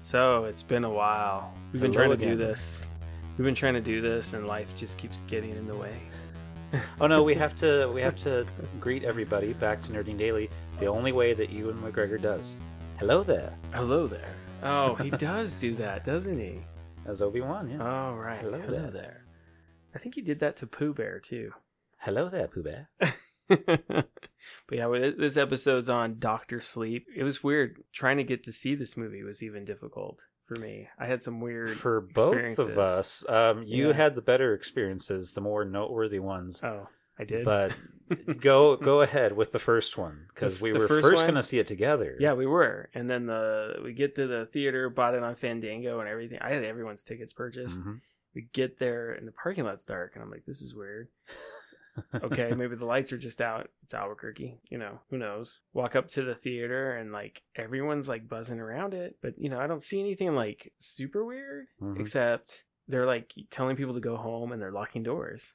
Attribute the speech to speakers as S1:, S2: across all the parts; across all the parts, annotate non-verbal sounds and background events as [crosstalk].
S1: So it's been a while. We've been
S2: Hello
S1: trying to do
S2: again.
S1: this. We've been trying to do this, and life just keeps getting in the way.
S2: Oh no, we have to we have to greet everybody back to Nerding Daily the only way that Ewan McGregor does. Hello there,
S1: Hello there. Oh,
S2: [laughs]
S1: he does do that, doesn't he?
S2: as Obi Wan. Yeah.
S1: All right.
S2: Hello there.
S1: I think he did that to Pooh Bear too. [laughs]
S2: Hello there, Pooh Bear.
S1: but yeah, well, this episode's on Doctor Sleep. It was weird trying to get to see this movie was even difficult for me. I had some weird.
S2: For both
S1: Experiences.
S2: of us, um, you
S1: Yeah.
S2: had the better experiences, the more noteworthy
S1: [laughs]
S2: ones.
S1: oh, I did. [laughs]
S2: But go go ahead with the first one because
S1: The-
S2: we
S1: the
S2: were
S1: first
S2: first,
S1: one?
S2: going to see it together.
S1: Yeah, we were. And then the we get to the theater, bought it on Fandango and everything. I had everyone's tickets purchased.
S2: Mhm.
S1: We get there and the parking lot's dark and I'm like, this is weird. Okay, maybe the lights are just out. It's Albuquerque, you know, who knows. Walk up to the theater and like everyone's like buzzing around it, but you know, I don't see anything like super weird
S2: Mhm. [laughs]
S1: except they're like telling people to go home and they're locking doors.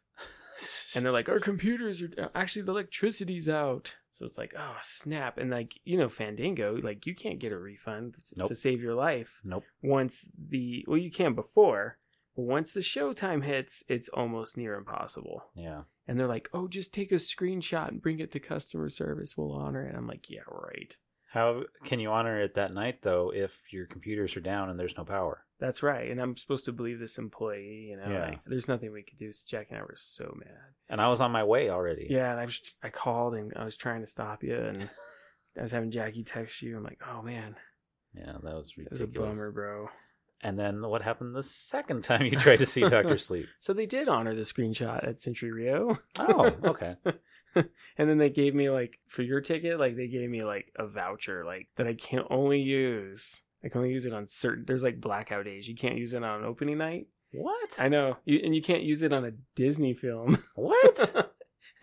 S1: And they're like, our computers are actually the electricity's out. So it's like, oh snap! And like you know, Fandango, like you can't get a refund t-
S2: Nope.
S1: to save your life
S2: nope.
S1: once the well, you can before, but once the showtime hits, it's almost near impossible.
S2: Yeah.
S1: And they're like, oh, just take a screenshot and bring it to customer service. We'll honor it. I'm like, yeah, right.
S2: How can you honor it that night though if your computers are down and there's no power?
S1: That's right. And I'm supposed to believe this employee. You know,
S2: Yeah.
S1: like, there's nothing we could do. So Jack and I were so mad.
S2: And I was on my way already.
S1: Yeah, and I was, I called and I was trying to stop you,
S2: [laughs]
S1: and I was having Jackie text you. I'm like, oh man,
S2: Yeah, that was
S1: that was a
S2: ridiculous.
S1: bummer, bro.
S2: And then what happened the second time you tried to
S1: [laughs]
S2: see Doctor Sleep?
S1: So they did honor the screenshot at Century Rio,
S2: Oh, okay.
S1: and then they gave me like for your ticket, like they gave me like a voucher, like that I can only use. I can only use it on certain. There's like blackout days. You can't use it on opening night.
S2: What?
S1: I know, you, and you can't use it on a Disney film. [laughs]
S2: What? Oh.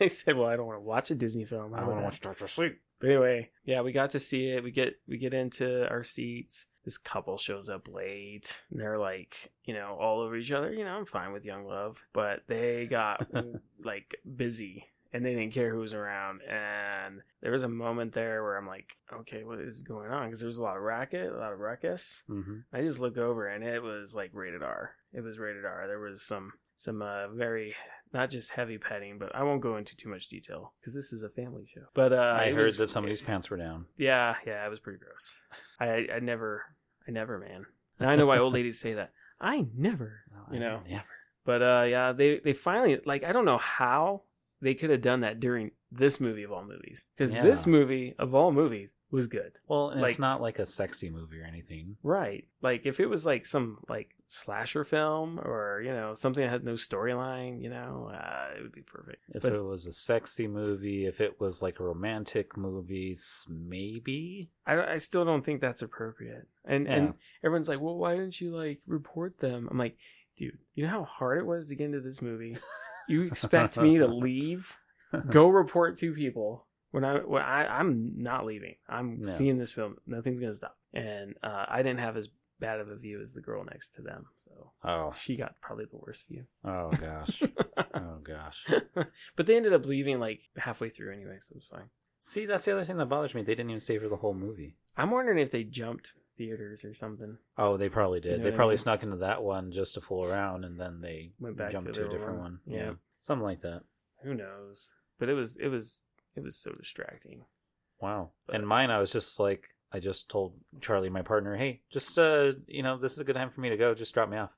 S1: I said, well, I don't want to watch a Disney film.
S2: I
S1: How about
S2: want to
S1: that?
S2: watch Doctor Sleep.
S1: But anyway, yeah, we got to see it. We get we get into our seats. This couple shows up late. And they're like, you know, all over each other. You know, I'm fine with young love, but they
S2: [laughs]
S1: got like busy and they didn't care who was around. And there was a moment there where I'm like, okay, what is going on? Because there was a lot of racket, a lot of ruckus.
S2: Mm-hmm.
S1: I just look over and it was like rated R. It was rated R. There was some some uh, very not just heavy petting, but I won't go into too much detail because this is a family show. But uh,
S2: I
S1: it
S2: heard
S1: was- eh,
S2: that somebody's pants were down.
S1: Yeah, yeah, it was pretty gross. I I never I never man. And I know why
S2: [laughs]
S1: old ladies say that. I never, you know.
S2: Yeah.
S1: But uh, yeah, they they finally like I don't know how they could have done that during this movie of all movies because
S2: Yeah.
S1: this movie of all movies was good.
S2: Well, and
S1: Like-
S2: it's not like a sexy movie or anything.
S1: Right. Like if it was like some like slasher film or you know something that had no storyline, you know, uh, it would be perfect.
S2: If
S1: But
S2: it was a sexy movie, if it was like a romantic movie, s- maybe.
S1: I, I still don't think that's appropriate. And
S2: Yeah.
S1: and everyone's like, well, why didn't you like report them? I'm like, dude, you know how hard it was to get into this movie. You expect me to leave? Go report two people. When I when I I'm not leaving. I'm
S2: No.
S1: seeing this film. Nothing's gonna stop. And uh, I didn't have as bad of a view as the girl next to them, so
S2: Oh,
S1: she got probably the worst view. [laughs]
S2: oh gosh, oh gosh.
S1: but they ended up leaving like halfway through anyway, so it was fine.
S2: See, that's the other thing that bothers me. They didn't even stay for the whole movie.
S1: I'm wondering if they jumped theaters or something.
S2: Oh, they probably did.
S1: You know
S2: they
S1: what I
S2: probably
S1: mean?
S2: snuck into that one just to fool around, and then they
S1: Went back to
S2: jumped to, a
S1: their
S2: different
S1: one.
S2: one.
S1: Yeah.
S2: Yeah. something like that.
S1: Who knows? But it was it was it was so
S2: [laughs]
S1: distracting. [laughs]
S2: Wow.
S1: But-
S2: and mine, I was just like, I just told Charlie, my partner, hey, just uh, you know, this is a good time for me to go. Just drop me off.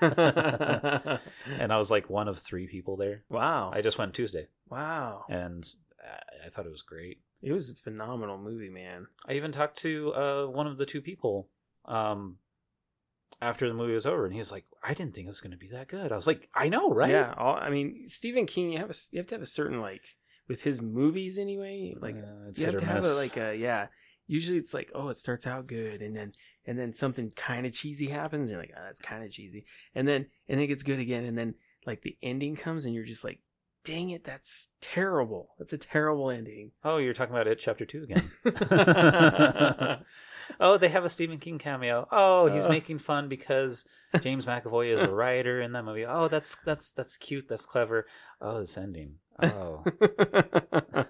S2: and I was like one of three people there.
S1: wow,
S2: I just went Tuesday,
S1: wow,
S2: and I- I thought it was great.
S1: it was a phenomenal movie, man.
S2: I even talked to uh one of the two people um after the movie was over, and he was like, I didn't think it was going to be that good. I was like, I know, right?
S1: Yeah, all, I mean Stephen King, you have a, you have to have a certain like with his movies anyway, like
S2: Uh, it's
S1: you
S2: hit
S1: have
S2: or
S1: to have a,
S2: miss.
S1: like a yeah. Usually it's like oh it starts out good and then and then something kind of cheesy happens and you're like oh that's kind of cheesy and then and then it gets good again and then like the ending comes and you're just like dang it that's terrible that's a terrible ending.
S2: Oh, you're talking about it, chapter two again.
S1: [laughs] yeah,
S2: oh, they have a Stephen King cameo. Oh, he's
S1: Uh.
S2: making
S1: [laughs]
S2: fun because James McAvoy is a writer in that movie. Oh, that's that's that's cute.
S1: [laughs]
S2: That's clever. Oh, this ending. Oh,
S1: but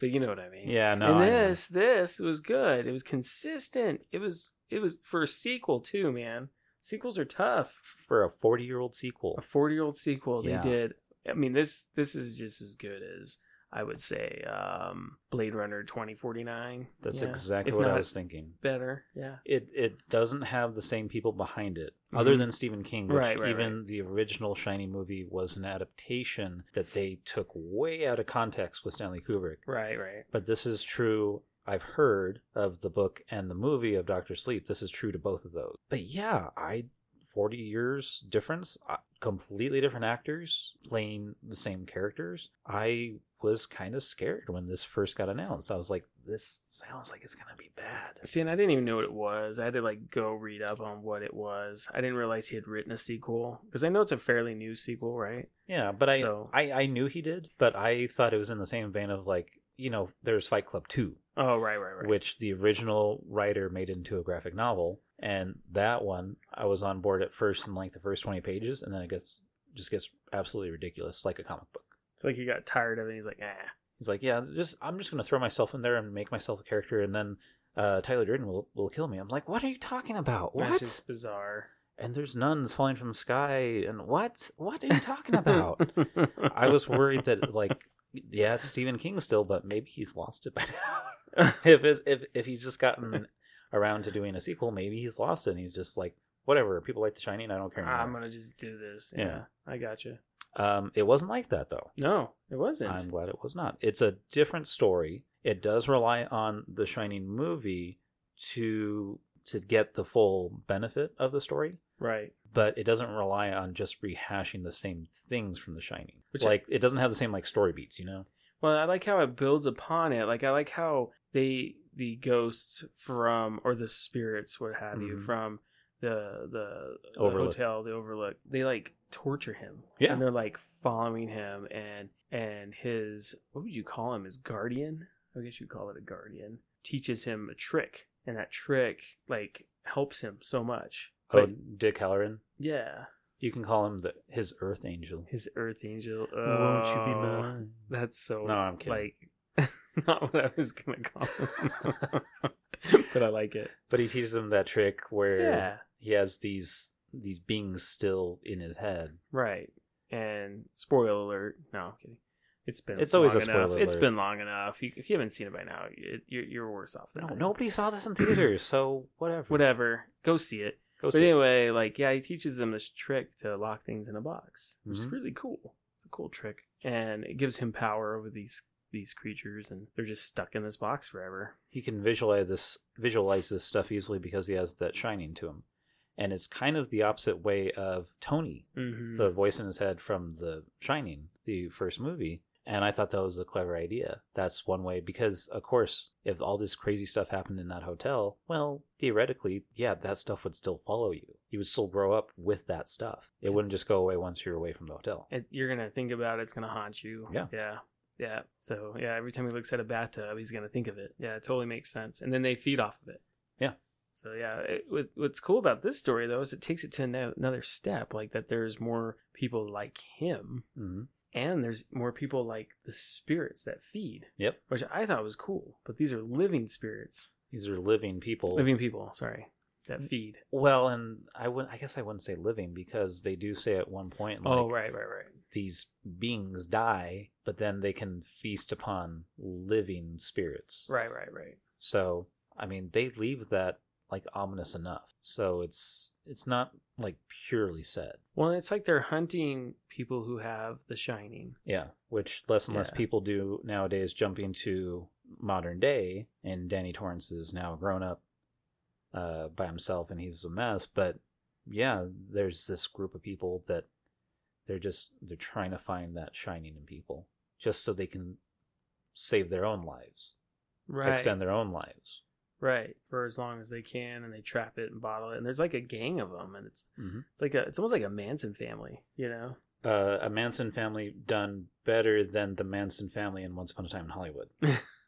S1: but you know what I mean.
S2: Yeah, no.
S1: and
S2: I know.
S1: this this was good. It was consistent. It was it was for a sequel too, man. Sequels are tough.
S2: for a 40 year old sequel.
S1: A forty year old sequel they
S2: Yeah.
S1: did. I mean this this is just as good as I would say um, Blade Runner twenty forty nine.
S2: That's
S1: yeah.
S2: exactly
S1: If
S2: what I
S1: not
S2: was thinking.
S1: Better, yeah.
S2: It it doesn't have the same people behind it, other
S1: Mhm.
S2: than Stephen King. Which
S1: Right, right,
S2: even the original Shiny movie was an adaptation that they took way out of context with Stanley Kubrick.
S1: Right, right.
S2: But this is true. I've heard of the book and the movie of Doctor Sleep. This is true to both of those. But yeah, I forty years difference, uh, completely different actors playing the same characters. I was kind of scared when this first got announced. I was like, this sounds like it's gonna be bad.
S1: See, and I didn't even know what it was. I had to like go read up on what it was. I didn't realize he had written a sequel because I know it's a fairly new sequel, right?
S2: Yeah, but I,
S1: So-
S2: I I knew he did, but I thought it was in the same vein of like you know there's Fight Club two,
S1: Oh, right, right, right.
S2: which the original writer made into a graphic novel, and that one I was on board at first in like the first twenty pages, and then it gets just gets absolutely ridiculous, like a comic book.
S1: It's like he got tired of it. He's like, ah,
S2: He's like, yeah, just I'm just gonna throw myself in there and make myself a character, and then uh, Tyler Durden will will kill me. I'm like, what are you talking about? What?
S1: that's just
S2: [laughs]
S1: bizarre.
S2: And there's nuns falling from the sky, and what? What are
S1: [laughs]
S2: you talking about? I was worried that like yeah, it's Stephen King still, but maybe he's lost it by now.
S1: [laughs]
S2: if it's, if if he's just gotten around to doing a sequel, maybe he's lost it and he's just like whatever. People like The Shining, I don't care.
S1: I'm
S2: Anymore.
S1: gonna just do this. Yeah,
S2: Yeah.
S1: I gotcha.
S2: Um, it wasn't like that though.
S1: No, it wasn't.
S2: I'm glad it was not. It's a different story. It does rely on The Shining movie to to get the full benefit of the story.
S1: right.
S2: But it doesn't rely on just rehashing the same things from The Shining.
S1: Which I-
S2: like it doesn't have the same like story beats, you know.
S1: Well, I like how it builds upon it. Like I like how they the ghosts from or the spirits, what have you,
S2: Mhm.
S1: from the the, the
S2: Overlook.
S1: hotel, the overlook. They like torture him.
S2: Yeah.
S1: And they're like following him and and his what would you call him? His guardian? I guess you'd call it a guardian. Teaches him a trick. And that trick like helps him so much.
S2: Oh,
S1: But
S2: Dick Halloran.
S1: yeah.
S2: You can call him the, his Earth Angel.
S1: His Earth Angel. Oh,
S2: mine?
S1: That's so.
S2: No, I'm kidding.
S1: Like, [laughs] not what I was gonna call him, but I like it.
S2: [laughs] But he teaches him that trick where
S1: Yeah,
S2: he has these these beings still in his head.
S1: right. And spoiler alert. No, I'm kidding. It's been.
S2: It's always
S1: long
S2: a
S1: enough.
S2: spoiler
S1: It's
S2: alert.
S1: been long enough. You, if you haven't seen it by now, it, you're, you're worse off. Than
S2: No,
S1: I am.
S2: nobody saw this in [clears throat] theaters, so whatever.
S1: Whatever. Go see it.
S2: Go
S1: but
S2: see. it.
S1: anyway, like yeah, he teaches them this trick to lock things in a box, which is
S2: Mhm.
S1: really cool. It's a cool trick, and it gives him power over these these creatures, and they're just stuck in this box forever.
S2: He can visualize this visualize this stuff easily because he has that shining to him, and it's kind of the opposite way of Tony,
S1: Mm-hmm.
S2: the voice in his head from The Shining, the first movie. And I thought that was a clever idea. That's one way because, of course, if all this crazy stuff happened in that hotel, well, theoretically, yeah, that stuff would still follow you. You would still grow up with that stuff. It wouldn't just go away once you're away from the hotel.
S1: it, you're gonna think about it. It's gonna haunt you.
S2: Yeah.
S1: yeah, yeah. So yeah, every time he looks at a bathtub, he's gonna think of it. Yeah, it totally makes sense. And then they feed off of it.
S2: Yeah.
S1: So yeah, it, what, what's cool about this story though is it takes it to ano- another step. Like that, there's more people like him,
S2: Mm-hmm.
S1: and there's more people like the spirits that feed.
S2: Yep.
S1: Which I thought was cool, but these are living spirits,
S2: These are living people.
S1: living people. Sorry,
S2: Mm,
S1: that feed.
S2: Well, and I would I guess I wouldn't say living because they do say at one point like
S1: oh right, right, right.
S2: these beings die, but then they can feast upon living spirits.
S1: Right, right, right.
S2: So I mean, they leave that like ominous enough. So it's it's not like purely said.
S1: Well, it's like they're hunting people who have the shining.
S2: Yeah, which less and less
S1: Yeah.
S2: people do nowadays. Jumping to modern day, and Danny Torrance is now grown up uh, by himself, and he's a mess. But yeah, there's this group of people that they're just they're trying to find that shining in people, just so they can save their own lives,
S1: Right.
S2: extend their own lives.
S1: Right, for as long as they can, and they trap it and bottle it. And there's like a gang of them, and it's
S2: Mm-hmm.
S1: it's like a it's almost like a Manson family, you know?
S2: uh, a Manson family done better than the Manson family in Once Upon a Time
S1: [laughs]
S2: in Hollywood.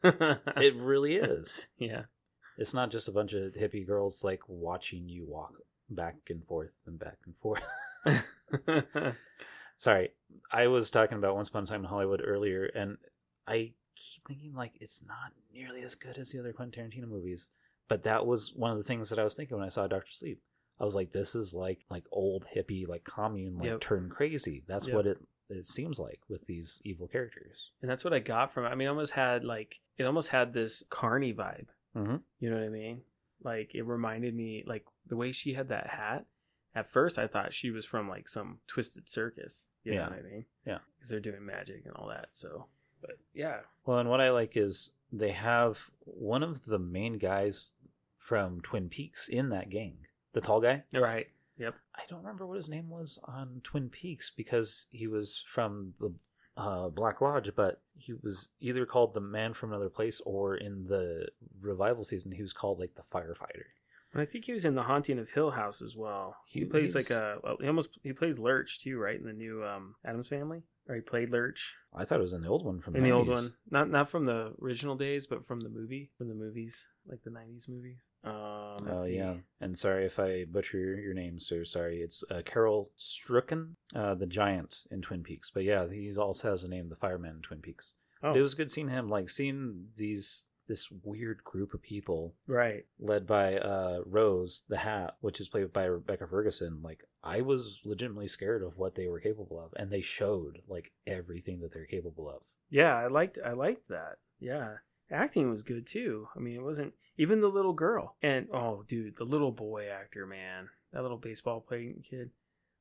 S2: It really is.
S1: yeah, [laughs]
S2: It's not just a bunch of hippie girls like watching you walk back and forth and back and forth. [laughs] Sorry, I was talking about Once Upon a Time in Hollywood earlier, and I keep thinking like it's not nearly as good as the other Quentin Tarantino movies. But that was one of the things that I was thinking when I saw Doctor Sleep. I was like, this is like like old hippie like commune like
S1: Yep.
S2: turn crazy. That's
S1: Yep.
S2: what it it seems like with these evil characters.
S1: and that's what I got from it. I mean, it almost had like it almost had this carny vibe.
S2: Mhm.
S1: You know what I mean? Like it reminded me like the way she had that hat. At first, I thought she was from like some twisted circus. You
S2: Yeah.
S1: know what I mean?
S2: Yeah.
S1: because they're doing magic and all that. So, but yeah,
S2: Well, and what I like is they have one of the main guys from Twin Peaks in that gang, the tall guy.
S1: right.
S2: I don't remember what his name was on Twin Peaks because he was from the uh, Black Lodge, but he was either called the Man from Another Place or in the revival season he was called like the firefighter.
S1: And I think he was in The Haunting of Hill House as well. He,
S2: He-
S1: plays like
S2: he's-
S1: a well, he almost he plays Lurch too, right? In the new um Adams Family, or he played Lurch
S2: I thought it was in the old one from
S1: in the old
S2: 90s.
S1: one, not not from the original days, but from the movie, from the movies, like the '90s movies. Um, let's
S2: Oh
S1: see.
S2: yeah, and sorry if I butcher your, your name, sir. Sorry, it's uh, Carol Stricken, uh, the giant in Twin Peaks. But yeah, he also has a name, the fireman in Twin Peaks.
S1: Oh,
S2: But it was good seeing him, like seeing these this weird group of people
S1: right.
S2: led by uh, Rose, the Hat, which is played by Rebecca Ferguson. Like I was legitimately scared of what they were capable of, and they showed like everything that they're capable of.
S1: Yeah, I liked I liked that. Yeah, acting was good too. I mean, it wasn't even the little girl and oh, dude, the little boy actor, man, that little baseball playing kid.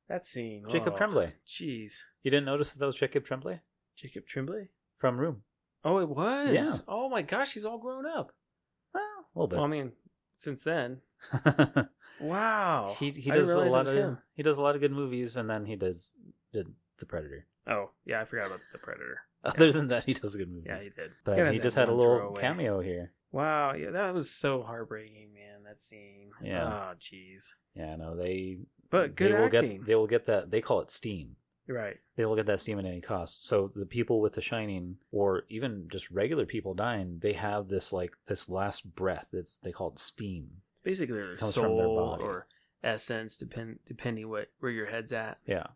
S1: That scene,
S2: Jacob
S1: oh,
S2: Tremblay.
S1: Jeez,
S2: You didn't notice that, that was Jacob Tremblay
S1: Jacob Tremblay.
S2: from Room.
S1: Oh, it was.
S2: Yeah.
S1: Oh my gosh, he's all grown up.
S2: Well, a little bit.
S1: Well, I mean, since then.
S2: [laughs]
S1: Wow.
S2: he he
S1: I didn't
S2: does a
S1: realize it
S2: lot
S1: was
S2: of
S1: him.
S2: he does a lot of good movies, and then he does did the Predator. [laughs]
S1: Oh yeah, I forgot about the Predator.
S2: Other than that, he does good movies.
S1: Yeah, he did.
S2: but
S1: Yeah,
S2: he
S1: that
S2: just had a
S1: one
S2: little
S1: throwaway.
S2: cameo here.
S1: Wow, yeah, that was so heartbreaking, man. That scene.
S2: Yeah.
S1: Oh, jeez.
S2: Yeah, no, they
S1: But good
S2: they will
S1: acting.
S2: get they will get that they call it steam.
S1: right.
S2: They will get that steam at any cost. So the people with the shining, or even just regular people dying, they have this like this last breath. It's they call it steam.
S1: It's basically their
S2: Comes from their
S1: soul
S2: body.
S1: or essence, depend depending what where your head's at.
S2: Yeah,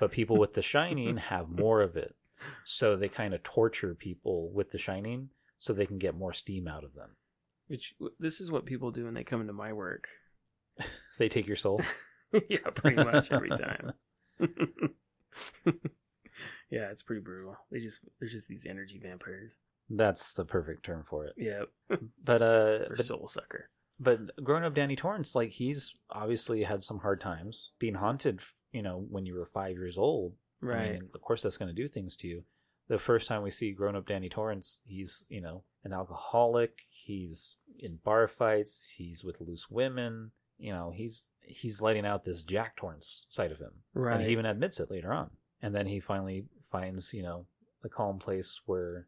S2: but people with
S1: [laughs]
S2: the shining have more of it. So they kind of torture people with the shining, so they can get more steam out of them.
S1: Which w- this is what people do when they come into my work.
S2: They take
S1: [laughs]
S2: your soul.
S1: yeah, pretty much every
S2: [laughs]
S1: time. yeah, it's pretty brutal. They just they're just these energy vampires.
S2: That's the perfect term for it.
S1: Yeah,
S2: But uh,
S1: or
S2: but,
S1: soul sucker.
S2: but grown up Danny Torrance, like he's obviously had some hard times being haunted. You know, when you were five years old, I
S1: Right.
S2: mean, of course, that's going to do things to you. The first time we see grown up Danny Torrance, he's you know an alcoholic. He's in bar fights. He's with loose women. You know, he's he's letting out this Jack Torrance side of him.
S1: right.
S2: And he even admits it later on. And then he finally finds, you know, a calm place where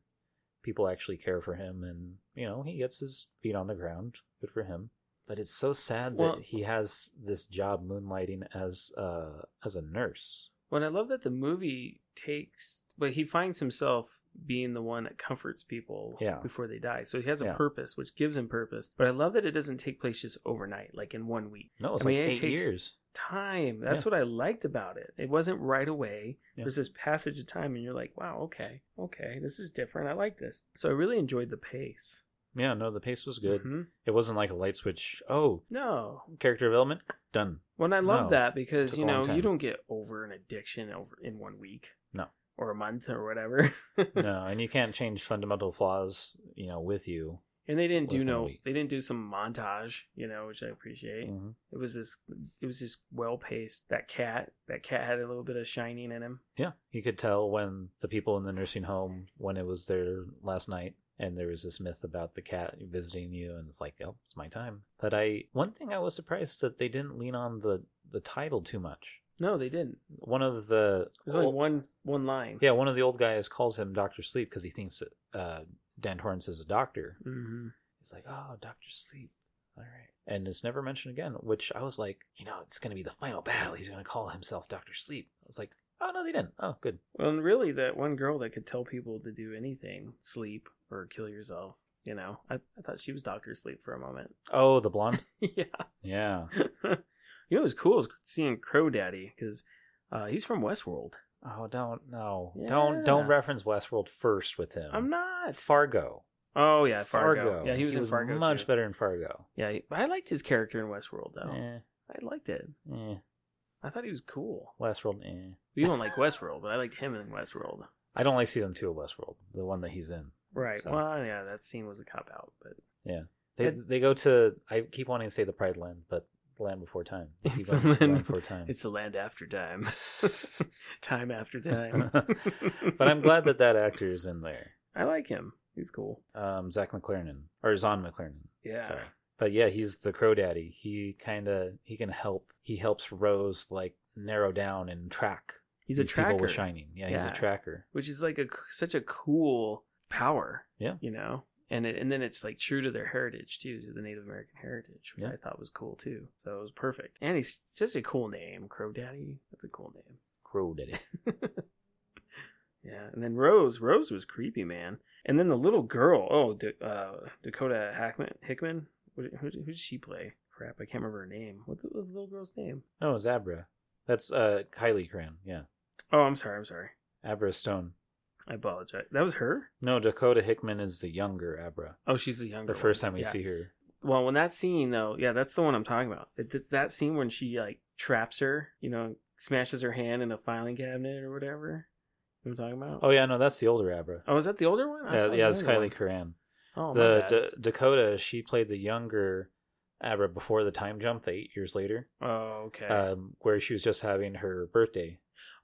S2: people actually care for him and, you know, he gets his feet on the ground. Good for him. But it's so sad that
S1: Well-
S2: he has this job moonlighting as uh as a nurse.
S1: Well, and I love that the movie takes, but he finds himself being the one that comforts people
S2: Yeah.
S1: before they die. So he has a
S2: Yeah.
S1: purpose, which gives him purpose. But I love that it doesn't take place just overnight, like in one week.
S2: No, it's
S1: I mean,
S2: like
S1: it
S2: eight
S1: takes-
S2: years.
S1: Time. That's what I liked about it. It wasn't right away.
S2: Yeah.
S1: There's this passage of time, and you're like, wow, okay, okay, this is different. I like this. So I really enjoyed the pace.
S2: Yeah, no, the pace was good.
S1: Mhm.
S2: It wasn't like a light switch. Oh,
S1: No.
S2: character development done.
S1: [laughs] Well, and I love
S2: No.
S1: that because,
S2: Took
S1: you
S2: a long
S1: know, you
S2: time.
S1: don't get over an addiction over in one week.
S2: No.
S1: Or a month or whatever.
S2: no, and you can't change fundamental flaws, you know, with you.
S1: [laughs] and they didn't do
S2: within a
S1: no
S2: week.
S1: they didn't do some montage you know which i appreciate
S2: Mhm.
S1: it was this it was just well paced that cat that cat had a little bit of shining in him
S2: Yeah, you could tell when the people in the nursing home when it was there last night, and there was this myth about the cat visiting you, and it's like, oh, it's my time. But I, one thing I was surprised that they didn't lean on the the title too much.
S1: no they didn't
S2: One of the
S1: there's only
S2: old-
S1: one one line
S2: yeah, one of the old guys calls him Doctor Sleep because he thinks that uh, Dan Torrance is a doctor.
S1: hmm
S2: He's like, oh, Doctor Sleep. All right. And it's never mentioned again, which I was like, you know, it's going to be the final battle. He's going to call himself Doctor Sleep. I was like, oh, no, they didn't. Oh, good.
S1: well and really that one girl that could tell people to do anything sleep or kill yourself you know i, I thought she was doctor sleep for a moment [laughs]
S2: Oh, the blonde?
S1: yeah
S2: yeah.
S1: you know it was cool is seeing crow daddy because uh, he's from westworld
S2: Oh, don't no, don't don't
S1: Yeah.
S2: reference Westworld first with him.
S1: I'm not.
S2: Fargo.
S1: Oh yeah, Fargo. Yeah, he was in Fargo.
S2: much
S1: too.
S2: better in Fargo.
S1: Yeah, he- I liked his character in Westworld though.
S2: Eh,
S1: I liked it.
S2: eh,
S1: I thought he was cool.
S2: Westworld. Eh.
S1: You don't like Westworld, but I liked him in Westworld.
S2: I don't like season two of Westworld, the one that he's in.
S1: Right.
S2: So-
S1: Well, yeah, that scene was a cop out, but
S2: They
S1: It-
S2: they go to I keep wanting to say the Pride Land, but Land Before Time.
S1: [laughs]
S2: They keep
S1: It's
S2: going
S1: the
S2: to Land
S1: Land-
S2: Before Time. [laughs]
S1: it's the land after time, [laughs] time after
S2: [laughs]
S1: time.
S2: but I'm glad that that actor is in there.
S1: I like him. He's cool.
S2: Um, Zach McLaren or Zon McLaren.
S1: Yeah.
S2: Sorry. But yeah, he's the crow daddy. He kind of he can help. He helps Rose like narrow down and track.
S1: He's a
S2: these people
S1: tracker,
S2: with shining. Yeah, he's a
S1: Yeah.
S2: tracker.
S1: which is like a such a cool power.
S2: Yeah.
S1: You know. And, it, and then it's like true to their heritage too, to the Native American heritage, which
S2: Yeah.
S1: I thought was cool too. So it was perfect. And he's just a cool name, Crow Daddy. That's a cool name. [laughs]
S2: Crow daddy.
S1: Yeah, and then Rose, Rose was creepy, man. And then the little girl, oh, Da- uh, Dakota Hackman, Hickman, who, who, who did she play? Crap, I can't remember her name. What was the little girl's name?
S2: No, it's Abra. That's uh Kylie Cran. Yeah,
S1: Oh, I'm sorry, I'm sorry.
S2: Abra Stone.
S1: I apologize. That was her.
S2: No, Dakota Hickman is the younger Abra.
S1: Oh, she's the younger.
S2: The first
S1: one.
S2: time we
S1: Yeah.
S2: see her.
S1: Well, when that scene though, yeah, that's the one I'm talking about. It- It's that scene when she like traps her, you know, smashes her hand in a filing cabinet or whatever. You know what I'm talking about?
S2: Oh yeah, no, that's the older Abra.
S1: Oh, is that the older one? I thought
S2: yeah,
S1: it was
S2: yeah,
S1: the
S2: it's
S1: younger
S2: Kylie Cran.
S1: one. Oh, my
S2: the
S1: bad.
S2: D- Dakota, she played the younger Abra before the time jump, the eight years later,
S1: oh, okay.
S2: um, where she was just having her birthday.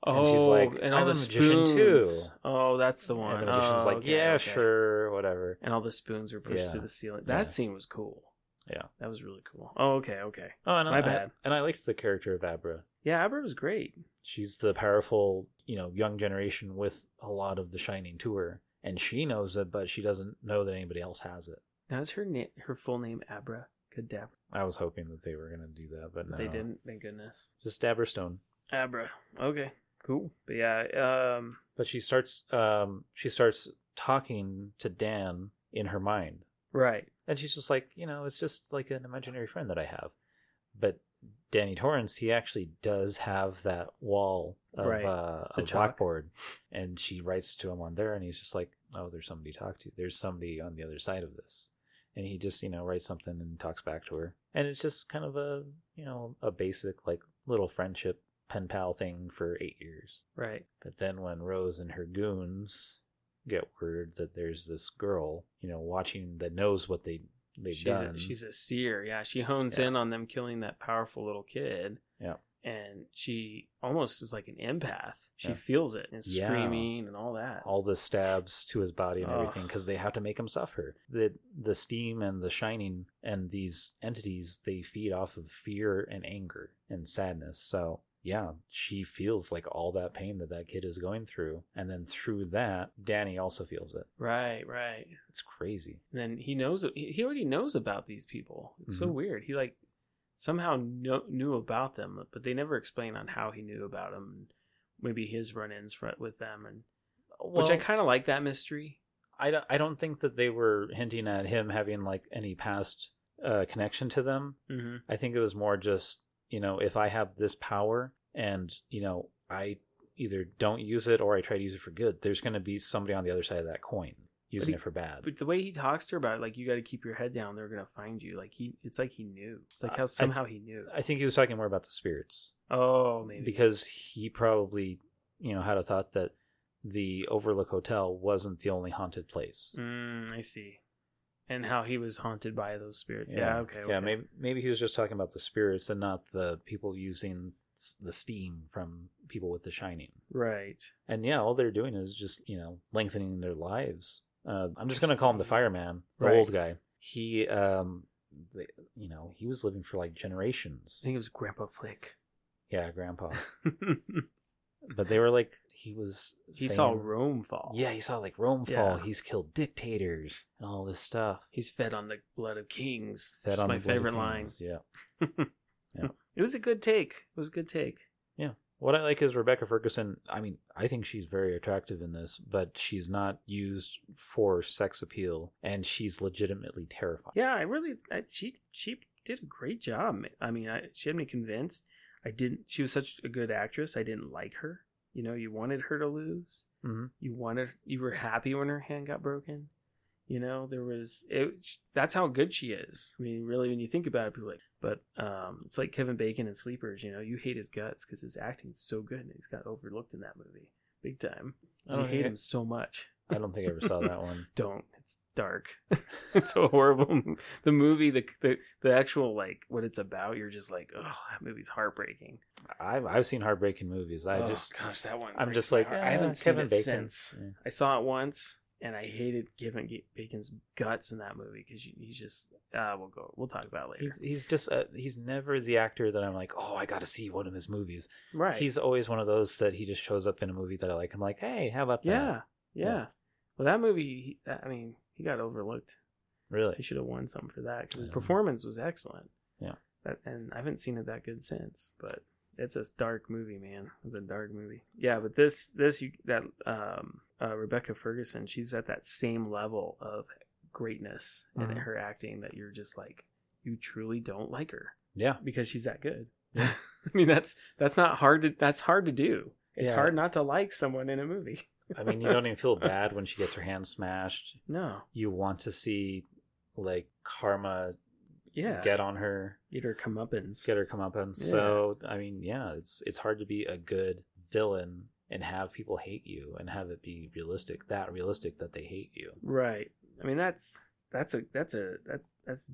S1: Oh,
S2: And she's like, "I'm a magician too."
S1: spoons. Oh, that's the one.
S2: And the magician's
S1: Oh,
S2: like,
S1: okay,
S2: yeah,
S1: okay."
S2: sure, whatever.
S1: And all the spoons were pushed
S2: Yeah.
S1: to the ceiling.
S2: Yeah.
S1: That scene was cool.
S2: Yeah.
S1: that was really cool. Oh, okay, okay.
S2: Oh, and
S1: My
S2: I,
S1: bad.
S2: and I liked the character of Abra.
S1: Yeah, Abra was great.
S2: She's the powerful, you know, young generation with a lot of the shining to her, and she knows it, but she doesn't know that anybody else has it.
S1: That was her name. Her full name, Abra Kadabra.
S2: I was hoping that they were gonna do that, but no,
S1: They didn't. Thank goodness.
S2: Just Abra Stone.
S1: Abra. Okay, cool. But yeah, um,
S2: But she starts, um, she starts talking to Dan in her mind.
S1: right.
S2: And she's just like, you know, it's just like an imaginary friend that I have. But Danny Torrance, he actually does have that wall of,
S1: Right.
S2: uh,
S1: The
S2: of
S1: chalk.
S2: blackboard. And she writes to him on there, and he's just like, oh, there's somebody to talk to. There's somebody on the other side of this. And he just, you know, writes something and talks back to her. And it's just kind of a, you know, a basic, like, little friendship pen pal thing for eight years.
S1: Right.
S2: But then when Rose and her goons get word that there's this girl, you know, watching that knows what they they've
S1: she's
S2: done,
S1: A, she's a seer. Yeah, she hones
S2: Yeah.
S1: in on them killing that powerful little kid.
S2: Yeah.
S1: And she almost is like an empath. She
S2: Yeah.
S1: feels it and
S2: Yeah.
S1: screaming and all that.
S2: all the stabs to his body and
S1: Ugh.
S2: everything because they have to make him suffer. The the steam and the shining and these entities they feed off of fear and anger and sadness. So yeah, she feels like all that pain that that kid is going through, and then through that, Danny also feels it.
S1: Right, right.
S2: It's crazy.
S1: And then he knows he he already knows about these people. It's so
S2: Mhm.
S1: weird. He like somehow kno- knew about them, but they never explain on how he knew about them. And maybe his run-ins fr- with them, and which I
S2: Well-
S1: kind of like that mystery.
S2: I don't, I don't think that they were hinting at him having like any past uh, connection to them.
S1: Mm-hmm.
S2: I think it was more just, you know, if I have this power and, you know, I either don't use it or I try to use it for good, there's going to be somebody on the other side of that coin using
S1: he-
S2: it for bad.
S1: But the way he talks to her about it, like you got to keep your head down, they're gonna find you. Like he, it's like he knew. It's like
S2: I- I
S1: how somehow he knew.
S2: I think he was talking more about the spirits
S1: oh, maybe
S2: because he probably, you know, had a thought that the Overlook Hotel wasn't the only haunted place.
S1: Mm, I see. And how he was haunted by those spirits. Yeah. okay,
S2: Yeah,
S1: okay.
S2: maybe maybe he was just talking about the spirits and not the people using s- the steam from people with the shining.
S1: Right.
S2: And yeah, all they're doing is just you know lengthening their lives. Uh, I'm just gonna call him the fireman, the
S1: Right.
S2: old guy. He, um, the, you know, he was living for like
S1: I
S2: generations.
S1: think it was Grandpa Flick.
S2: Yeah, grandpa. but they were like he was.
S1: he
S2: saying-
S1: saw Rome fall.
S2: Yeah, he saw like Rome fall.
S1: Yeah.
S2: He's killed dictators and all this stuff.
S1: He's fed on the blood of kings.
S2: Fed
S1: That's
S2: on
S1: my
S2: the blood of
S1: favorite line. [laughs]
S2: kings, Yeah.
S1: It was a good take. It was a good take.
S2: What I like is Rebecca Ferguson. I mean, I think she's very attractive in this, but she's not used for sex appeal, and she's legitimately terrifying.
S1: Yeah, I really I, she she did a great job. I mean, I, she had me convinced. I didn't. She was such a good actress. I didn't like her. You know, you wanted her to lose.
S2: Mhm.
S1: You wanted you were happy when her hand got broken. You know, there was it. That's how good she is. I mean, really, when you think about it, people are like. But um, it's like Kevin Bacon in Sleepers. You know, you hate his guts because his acting's so good, and he's got overlooked in that movie big time.
S2: I
S1: You
S2: don't
S1: hate
S2: think I-
S1: him so much.
S2: I don't think I ever saw that
S1: [laughs]
S2: one.
S1: Don't. It's dark. [laughs] it's a horrible. m- The movie, the, the the actual like what it's about. You're just like, oh, that movie's heartbreaking.
S2: I've I've seen heartbreaking movies. I
S1: Oh,
S2: just
S1: gosh, that one.
S2: I'm
S1: breaks
S2: just
S1: my
S2: like
S1: heart.
S2: "Ah,
S1: I haven't seen
S2: Kevin
S1: it
S2: Bacon."
S1: since.
S2: Yeah.
S1: I saw it once, and I hated Kevin Ga- Bacon's guts in that movie because he's just. Uh, we'll go. We'll talk about it later.
S2: He's he's just uh he's never the actor that I'm like oh I got to see one of his movies.
S1: right.
S2: He's always one of those that he just shows up in a movie that I like. I'm like hey how about that?
S1: yeah, yeah.
S2: Yeah.
S1: Well, that movie. He, I mean, he got overlooked. He
S2: really.
S1: should have won some for that because his
S2: Yeah.
S1: performance was excellent.
S2: Yeah.
S1: That, and I haven't seen it that good since, but it's a dark movie, man. It's a dark movie. Yeah, but this this you that um uh, Rebecca Ferguson, she's at that same level of greatness in
S2: Mhm.
S1: her acting that you're just like you truly don't like her
S2: Yeah.
S1: because she's that good.
S2: Yeah.
S1: [laughs] I mean that's that's not hard to that's hard to do. It's
S2: Yeah.
S1: hard not to like someone in a movie. [laughs]
S2: I mean you don't even feel bad when she gets her hand smashed.
S1: No.
S2: You want to see like karma
S1: Yeah. Get,
S2: get on her,
S1: her comeuppance.
S2: get her come up and
S1: Yeah.
S2: so I mean yeah it's it's hard to be a good villain and have people hate you and have it be realistic that realistic that they hate you.
S1: Right. I mean that's that's a that's a that that's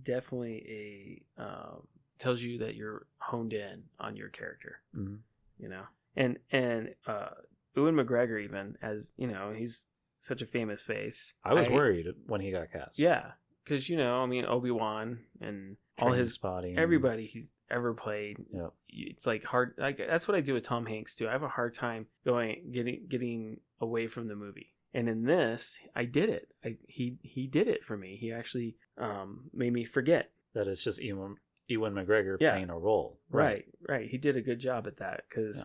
S1: definitely a um, tells you that you're honed in on your character,
S2: Mhm.
S1: you know. And and uh Ewan McGregor even as, you know, he's such a famous face.
S2: I was worried when he got cast.
S1: Yeah, cuz you know, I mean Obi-Wan and all his
S2: body,
S1: everybody he's ever played
S2: Yeah.
S1: it's like hard like that's what I do with Tom Hanks too. I have a hard time going getting getting away from the movie. And in this, I did it. I he he did it for me. He actually um made me forget.
S2: That is just Ewan, Ewan McGregor
S1: Yeah.
S2: playing a role.
S1: Right, right. He did a good job at that cuz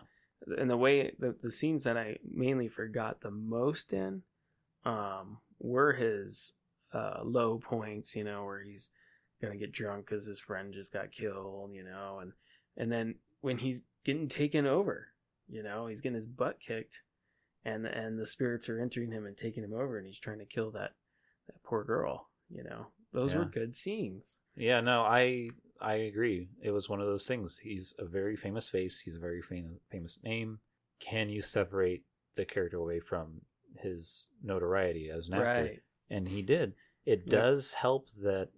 S1: and the way the, the scenes that I mainly forgot the most in um were his uh low points, you know, where he's going to get drunk cuz his friend just got killed, you know, and and then when he's getting taken over, you know, he's getting his butt kicked and and the spirits are entering him and taking him over and he's trying to kill that that poor girl, you know. Those were
S2: Yeah.
S1: good scenes.
S2: Yeah, no, I I agree. It was one of those things. He's a very famous face. He's a very fam- famous name. Can you separate the character away from his notoriety as an actor?
S1: Right.
S2: And he did. It
S1: Yeah.
S2: does help that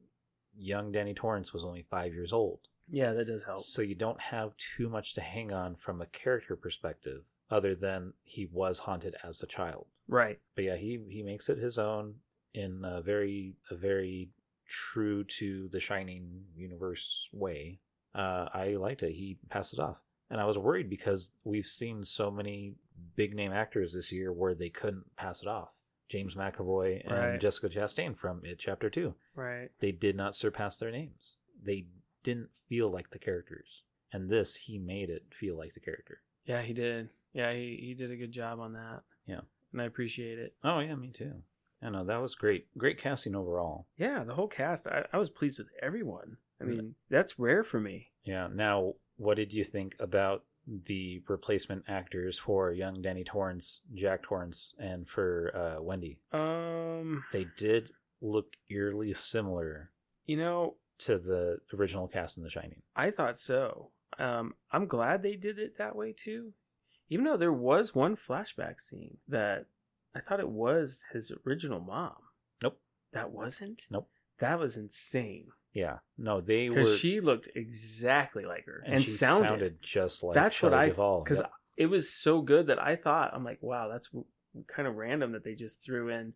S2: young Danny Torrance was only five years old.
S1: Yeah, that does help.
S2: So you don't have too much to hang on from a character perspective, other than he was haunted as a child.
S1: Right.
S2: but yeah, he he makes it his own in a very a very true to the Shining universe way. Uh, I liked it. He passed it off, and I was worried because we've seen so many big name actors this year where they couldn't pass it off. James McAvoy and
S1: Right.
S2: Jessica Chastain from It Chapter Two.
S1: Right.
S2: They did not surpass their names. They didn't feel like the characters, and this he made it feel like the character.
S1: Yeah, he did. Yeah, he, he did a good job on that.
S2: Yeah.
S1: And I appreciate it.
S2: Oh yeah, me too. I know that was great. Great casting overall.
S1: Yeah, the whole cast, I, I was pleased with everyone. I mean, that's rare for me.
S2: Yeah. Now, what did you think about the replacement actors for young Danny Torrance, Jack Torrance, and for uh, Wendy?
S1: Um,
S2: They did look eerily similar
S1: you know,
S2: to the original cast in The Shining.
S1: I thought so. Um, I'm glad they did it that way too. Even though there was one flashback scene that I thought it was his original mom.
S2: Nope.
S1: That wasn't?
S2: Nope.
S1: That was insane.
S2: Yeah. No, they were.
S1: Because she looked exactly like her and,
S2: she
S1: sounded,
S2: just like
S1: That's what
S2: Shelley
S1: I-
S2: Duvall.
S1: because
S2: Yep.
S1: it was so good that I thought I'm like, wow, that's w- kind of random that they just threw in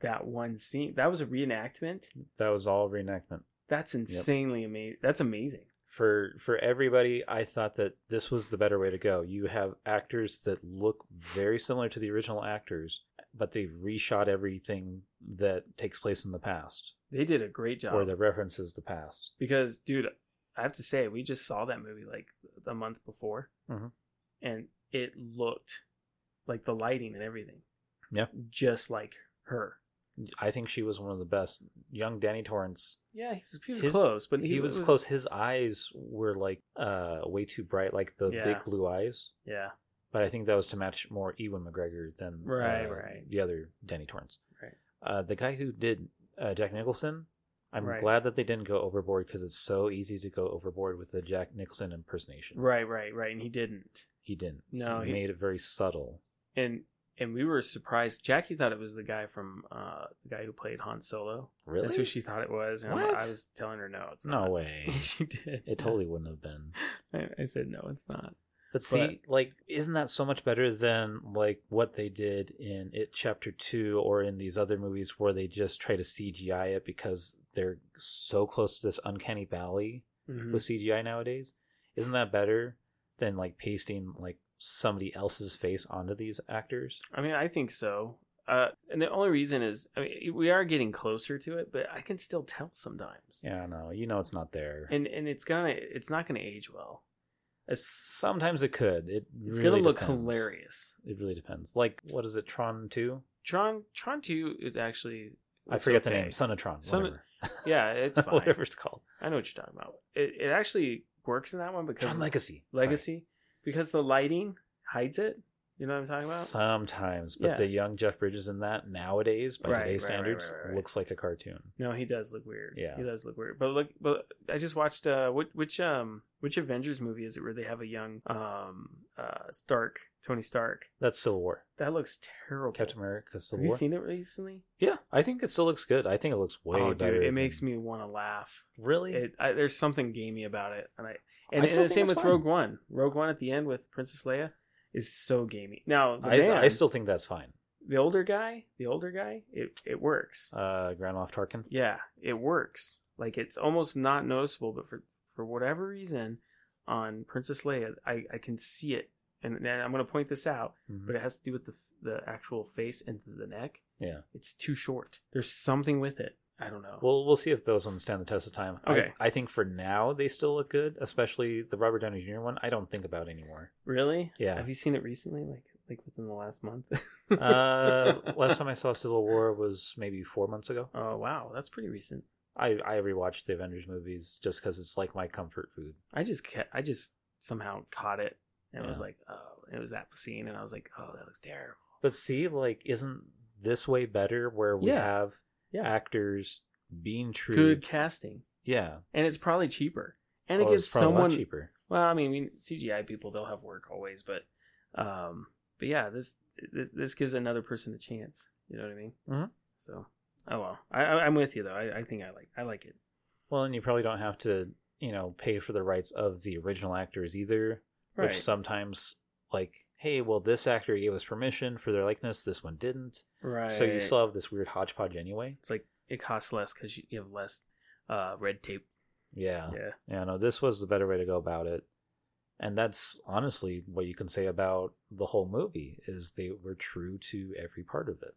S1: that one scene. That was a reenactment.
S2: that was all reenactment.
S1: That's insanely amazing. That's amazing.
S2: for for everybody i thought that this was the better way to go you have actors that look very similar to the original actors but they reshot everything that takes place in the past
S1: They did a great job.
S2: or that references the past
S1: because, dude, I have to say, we just saw that movie like a month before,
S2: Mhm.
S1: and it looked like the lighting and everything.
S2: Yeah.
S1: just like her.
S2: i think she was one of the best young danny torrance
S1: Yeah, he was, he was
S2: His-
S1: close, but
S2: he, was, close his eyes were like uh way too bright like the
S1: Yeah.
S2: big blue eyes
S1: Yeah,
S2: but I think that was to match more Ewan McGregor than
S1: Right,
S2: uh,
S1: right.
S2: the other Danny Torrance.
S1: Right.
S2: Uh, the guy who did uh, Jack Nicholson, I'm
S1: Right.
S2: glad that they didn't go overboard because it's so easy to go overboard with the Jack Nicholson impersonation.
S1: Right, right, right. And he didn't.
S2: He didn't.
S1: No,
S2: he,
S1: he-
S2: made it very subtle.
S1: And and we were surprised. Jackie thought it was the guy from uh the guy who played Han Solo.
S2: Really?
S1: That's who she thought it was. And I'm
S2: What?
S1: like- I was telling her no, it's
S2: no
S1: not. [laughs]
S2: way.
S1: she did.
S2: it totally wouldn't have been.
S1: [laughs] I, I said no, it's not.
S2: But see, like, isn't that so much better than like what they did in It Chapter Two or in these other movies where they just try to CGI it because they're so close to this uncanny valley
S1: Mhm.
S2: with CGI nowadays? Isn't that better than like pasting like somebody else's face onto these actors?
S1: I mean, I think so. Uh, and the only reason is I mean, we are getting closer to it, but I can still tell sometimes.
S2: Yeah, no, you know it's not there.
S1: And and it's gonna it's not gonna age well. It's,
S2: Sometimes it could. It
S1: it's
S2: really
S1: gonna look
S2: depends.
S1: hilarious.
S2: It really depends. Like what is it, Tron Two?
S1: Tron Tron Two is actually
S2: I
S1: looks
S2: forget the
S1: okay.
S2: name. Son of Tron.
S1: Son of-
S2: whatever.
S1: Yeah, it's fine.
S2: [laughs] whatever it's called.
S1: I know what you're talking about. It, it actually works in that one because
S2: Tron Legacy. Sorry.
S1: Legacy because the lighting hides it. You know what I'm talking about?
S2: Sometimes, but
S1: Yeah.
S2: the young Jeff Bridges in that nowadays, by
S1: Right,
S2: today's
S1: right, right,
S2: standards,
S1: right, right.
S2: looks like a cartoon.
S1: No, he does look weird.
S2: Yeah.
S1: he does look weird. But look, but I just watched uh, which which um which Avengers movie is it where they have a young um uh Stark Tony Stark
S2: That's Civil War.
S1: that looks terrible.
S2: Captain America Civil
S1: have you
S2: War.
S1: seen it recently?
S2: yeah, I think it still looks good. I think it looks way
S1: oh,
S2: better.
S1: dude, it
S2: than-
S1: makes me want to laugh.
S2: really.
S1: It I, there's something gamey about it, and I and,
S2: I
S1: and
S2: still
S1: the
S2: think
S1: same
S2: it's
S1: with
S2: fine.
S1: Rogue One. Rogue One at the end with Princess Leia is so gamey. Now the
S2: I,
S1: man,
S2: I still think that's fine.
S1: the older guy, the older guy, it it works.
S2: Uh, Grand Moff Tarkin.
S1: yeah it works like it's almost not noticeable but for for whatever reason on princess leia i i can see it and, and i'm going to point this out
S2: Mhm.
S1: but it has to do with the the actual face and the neck
S2: Yeah.
S1: it's too short there's something with it i don't know
S2: We'll we'll see if those ones stand the test of time. I-
S1: Okay.
S2: I, think for now they still look good, especially the Robert Downey Jr. one. I don't think about anymore.
S1: really
S2: Yeah.
S1: have you seen it recently like like within the last month
S2: [laughs] uh, last time I saw Civil War was maybe four months ago.
S1: [laughs] oh wow that's pretty recent
S2: I I rewatched the Avengers movies just because it's like my comfort food.
S1: i just ca- i just somehow caught it and it was
S2: Yeah.
S1: like oh it was that scene and i was like oh that looks terrible
S2: But see, like, isn't this way better where we
S1: Yeah.
S2: have
S1: Yeah.
S2: actors being true?
S1: good casting
S2: Yeah,
S1: and it's probably cheaper and it
S2: Well,
S1: gives
S2: Oh, it's probably a lot
S1: someone
S2: cheaper.
S1: Well, I mean, we- CGI people they'll have work always, but um, but yeah, this this, this gives another person a chance. You know what I mean?
S2: Mhm.
S1: So, oh well, I, I, I'm with you though. I, I think I like I like it.
S2: Well, and you probably don't have to, you know, pay for the rights of the original actors either. Which sometimes, like, hey, well, this actor gave us permission for their likeness, this one didn't.
S1: right.
S2: So you still have this weird hodgepodge anyway.
S1: it's like it costs less because you, you have less uh, red tape.
S2: Yeah.
S1: Yeah.
S2: Yeah, no, this was the better way to go about it. And that's honestly what you can say about the whole movie is they were true to every part of it.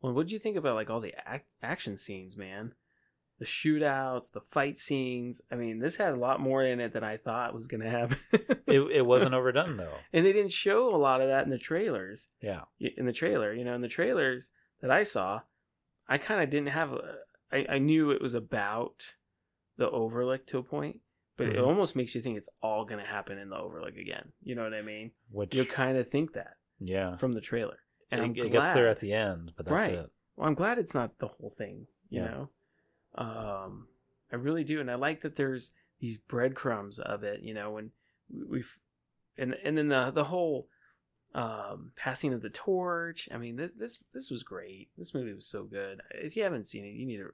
S1: Well, what do you think about like all the ac- action scenes, man? The shootouts, the fight scenes. I mean, this had a lot more in it than I thought was gonna happen. [laughs]
S2: It, it wasn't overdone though.
S1: and they didn't show a lot of that in the trailers.
S2: Yeah.
S1: in the trailer. You know, in the trailers that I saw, I kind of didn't have. A, I, I knew it was about the Overlook to a point, but it
S2: Mhm.
S1: almost makes you think it's all going to happen in the Overlook again. You know what I mean?
S2: Which
S1: You kind of think that
S2: yeah.
S1: from the trailer, and
S2: it,
S1: I'm
S2: it
S1: glad.
S2: gets there at the end, but that's
S1: Right.
S2: it.
S1: Well, I'm glad it's not the whole thing. You
S2: Yeah.
S1: know, um, I really do, and I like that there's these breadcrumbs of it. You know, when we- we've and and then the the whole um passing of the torch. I mean, thi- this this was great. This movie was so good. If you haven't seen it, you need to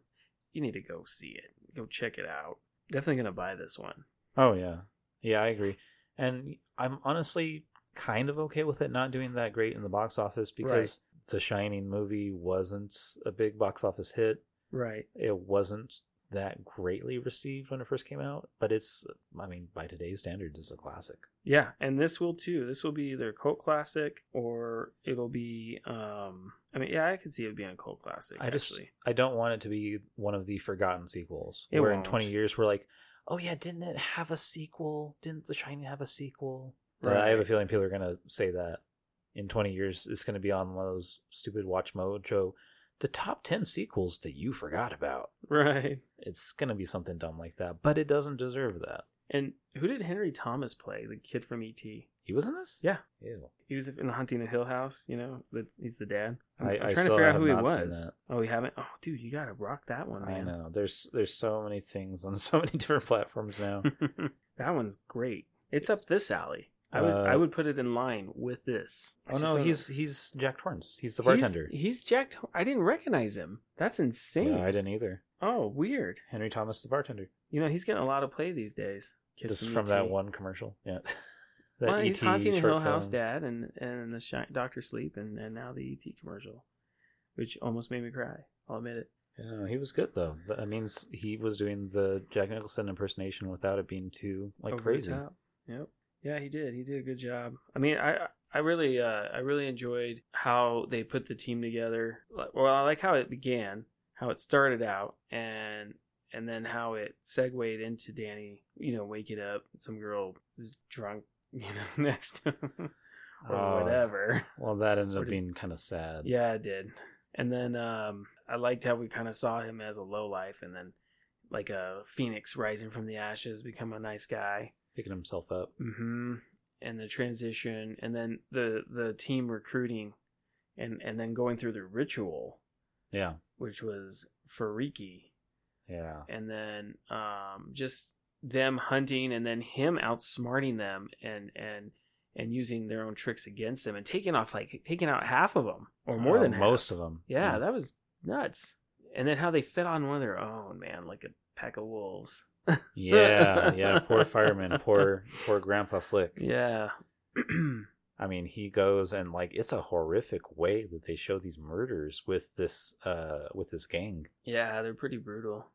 S1: you need to go see it. Go check it out. Definitely gonna buy this one.
S2: Oh yeah. Yeah, I agree. And I'm honestly kind of okay with it not doing that great in the box office because the Shining movie wasn't a big box office hit.
S1: Right.
S2: it wasn't that greatly received when it first came out, but it's I mean by today's standards it's a classic.
S1: Yeah, and this will too. This will be either a cult classic or it'll be um I mean, yeah, I could see it being a cult classic
S2: I just
S1: actually.
S2: I don't want it to be one of the forgotten sequels
S1: It
S2: where
S1: won't.
S2: in 20 years we're like, "Oh yeah, didn't it have a sequel? Didn't The Shining have a sequel?" But I have a
S1: Right.
S2: feeling people are going to say that in 20 years it's going to be on one of those stupid Watch Mojo the top 10 sequels that you forgot about.
S1: Right.
S2: It's going to be something dumb like that, but it doesn't deserve that.
S1: And who did Henry Thomas play? The kid from ET. He
S2: He was in this?
S1: Yeah.
S2: Ew.
S1: was in the Hunting of Hill House. You know, the, he's the dad. I'm, am
S2: I- I
S1: trying to
S2: still
S1: figure out
S2: have
S1: who he
S2: not seen
S1: was.
S2: that.
S1: Oh, you haven't? Oh, dude, you gotta rock that one,
S2: I
S1: man.
S2: know. There's there's so many things on [laughs] so many different platforms now.
S1: that one's great. It's up this alley. I would
S2: Uh,
S1: I would put it in line with this. [laughs] I
S2: oh
S1: just
S2: no,
S1: don't-
S2: he's he's Jack Torrance. He's the
S1: he's-
S2: bartender.
S1: He's, Jack. Tor- I didn't recognize him. That's insane.
S2: Yeah, I didn't either.
S1: oh, weird.
S2: Henry Thomas, the bartender,
S1: You know, he's getting a lot of play these days. E Kid
S2: just from that
S1: ET.
S2: one commercial.
S1: [laughs]
S2: Yeah. that E
S1: well, he's haunting the
S2: short
S1: Hill House
S2: film.
S1: dad and and the Shi Doctor Sleep and and now the ET commercial, which almost made me cry. I'll admit it.
S2: Yeah, he was good though. That means he was doing the Jack Nicholson impersonation without it being too like
S1: Over the
S2: crazy.
S1: top. Yep. Yeah, he did. He did a good job. I mean, I I really uh I really enjoyed how they put the team together. Like- Well, I like how it began, how it started out, and and then how it segued into Danny. You know, wake it up. Some girl is drunk. [laughs] You know, next to him or
S2: Oh,
S1: whatever.
S2: Well, that ended
S1: Or
S2: up
S1: did-
S2: being kind of sad.
S1: Yeah, it did. And then um, I liked how we kind of saw him as a low life, and then like a phoenix rising from the ashes, become a nice guy.
S2: picking himself up.
S1: hmm And the transition, and then the the team recruiting, and and then going through the ritual,
S2: Yeah,
S1: which was Fariki,
S2: yeah.
S1: and then um, just them hunting, and then him outsmarting them, and and and using their own tricks against them, and taking off like taking out half of them or more
S2: Uh,
S1: than half.
S2: most of them.
S1: Yeah, that was nuts. And then how they fit on one of their own, man, like a pack of wolves. [laughs]
S2: yeah, yeah. Poor fireman. Poor poor Grandpa Flick.
S1: Yeah. [clears throat]
S2: I mean, he goes and like it's a horrific way that they show these murders with this uh with this gang.
S1: yeah, they're pretty brutal.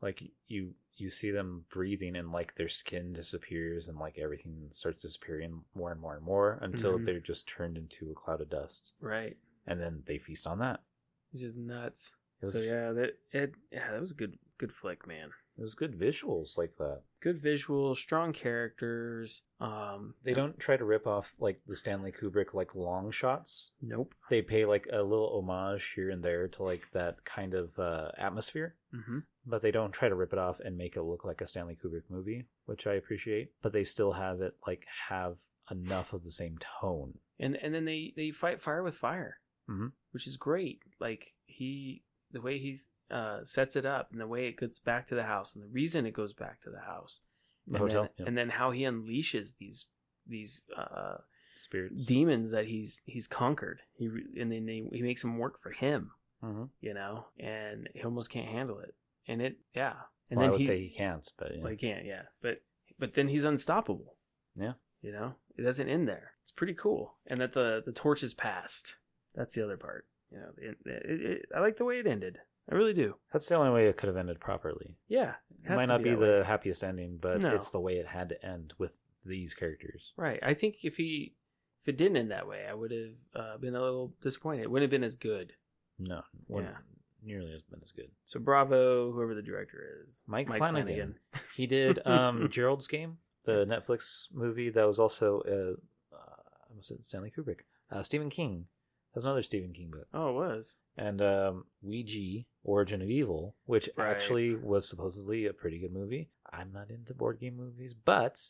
S2: Like you you see them breathing and like their skin disappears and like everything starts disappearing more and more and more until
S1: Mhm.
S2: they're just turned into a cloud of dust.
S1: Right.
S2: And then they feast on that.
S1: It's just nuts.
S2: It was,
S1: so yeah, that it yeah, that was a good good flick, man.
S2: it was good visuals like that.
S1: Good visual, strong characters. Um
S2: They don't try to rip off like the Stanley Kubrick like long shots.
S1: Nope.
S2: They pay like a little homage here and there to like that kind of uh, atmosphere.
S1: Mm-hmm.
S2: but they don't try to rip it off and make it look like a Stanley Kubrick movie, which I appreciate. But they still have it like have enough of the same tone.
S1: And and then they they fight fire with fire.
S2: Mhm.
S1: Which is great. Like he the way he's uh sets it up and the way it gets back to the house and the reason it goes back to the house
S2: The
S1: and
S2: hotel
S1: then, and then how he unleashes these these uh,
S2: spirits.
S1: demons that he's he's conquered. He re- and then he, he makes them work for him,
S2: hmm
S1: you know, and he almost can't handle it. And it, yeah, and
S2: Well, I
S1: then
S2: would
S1: he,
S2: say he can't, but yeah.
S1: well, he can't, yeah, but but then he's unstoppable.
S2: Yeah.
S1: you know, it doesn't end there. It's pretty cool, and that the the torch is passed. That's the other part. You know, it, it, it, I like the way it ended. I really do.
S2: that's the only way it could have ended properly.
S1: Yeah,
S2: It
S1: to
S2: might not be,
S1: that way.
S2: the happiest ending, but
S1: No.
S2: it's the way it had to end with these characters.
S1: Right. I think if he if it didn't end that way, I would have uh, been a little disappointed. It wouldn't have been as good.
S2: No, wouldn't
S1: Yeah.
S2: nearly has been as good.
S1: So bravo, whoever the director is,
S2: Mike Flanagan. He [laughs] did um, Gerald's Game, the Netflix movie that was also uh, uh, I almost said Stanley Kubrick, uh, Stephen King. That's another Stephen King book.
S1: Oh, it was.
S2: and um, Ouija Origin of Evil, which
S1: Right.
S2: actually was supposedly a pretty good movie. I'm not into board game movies, but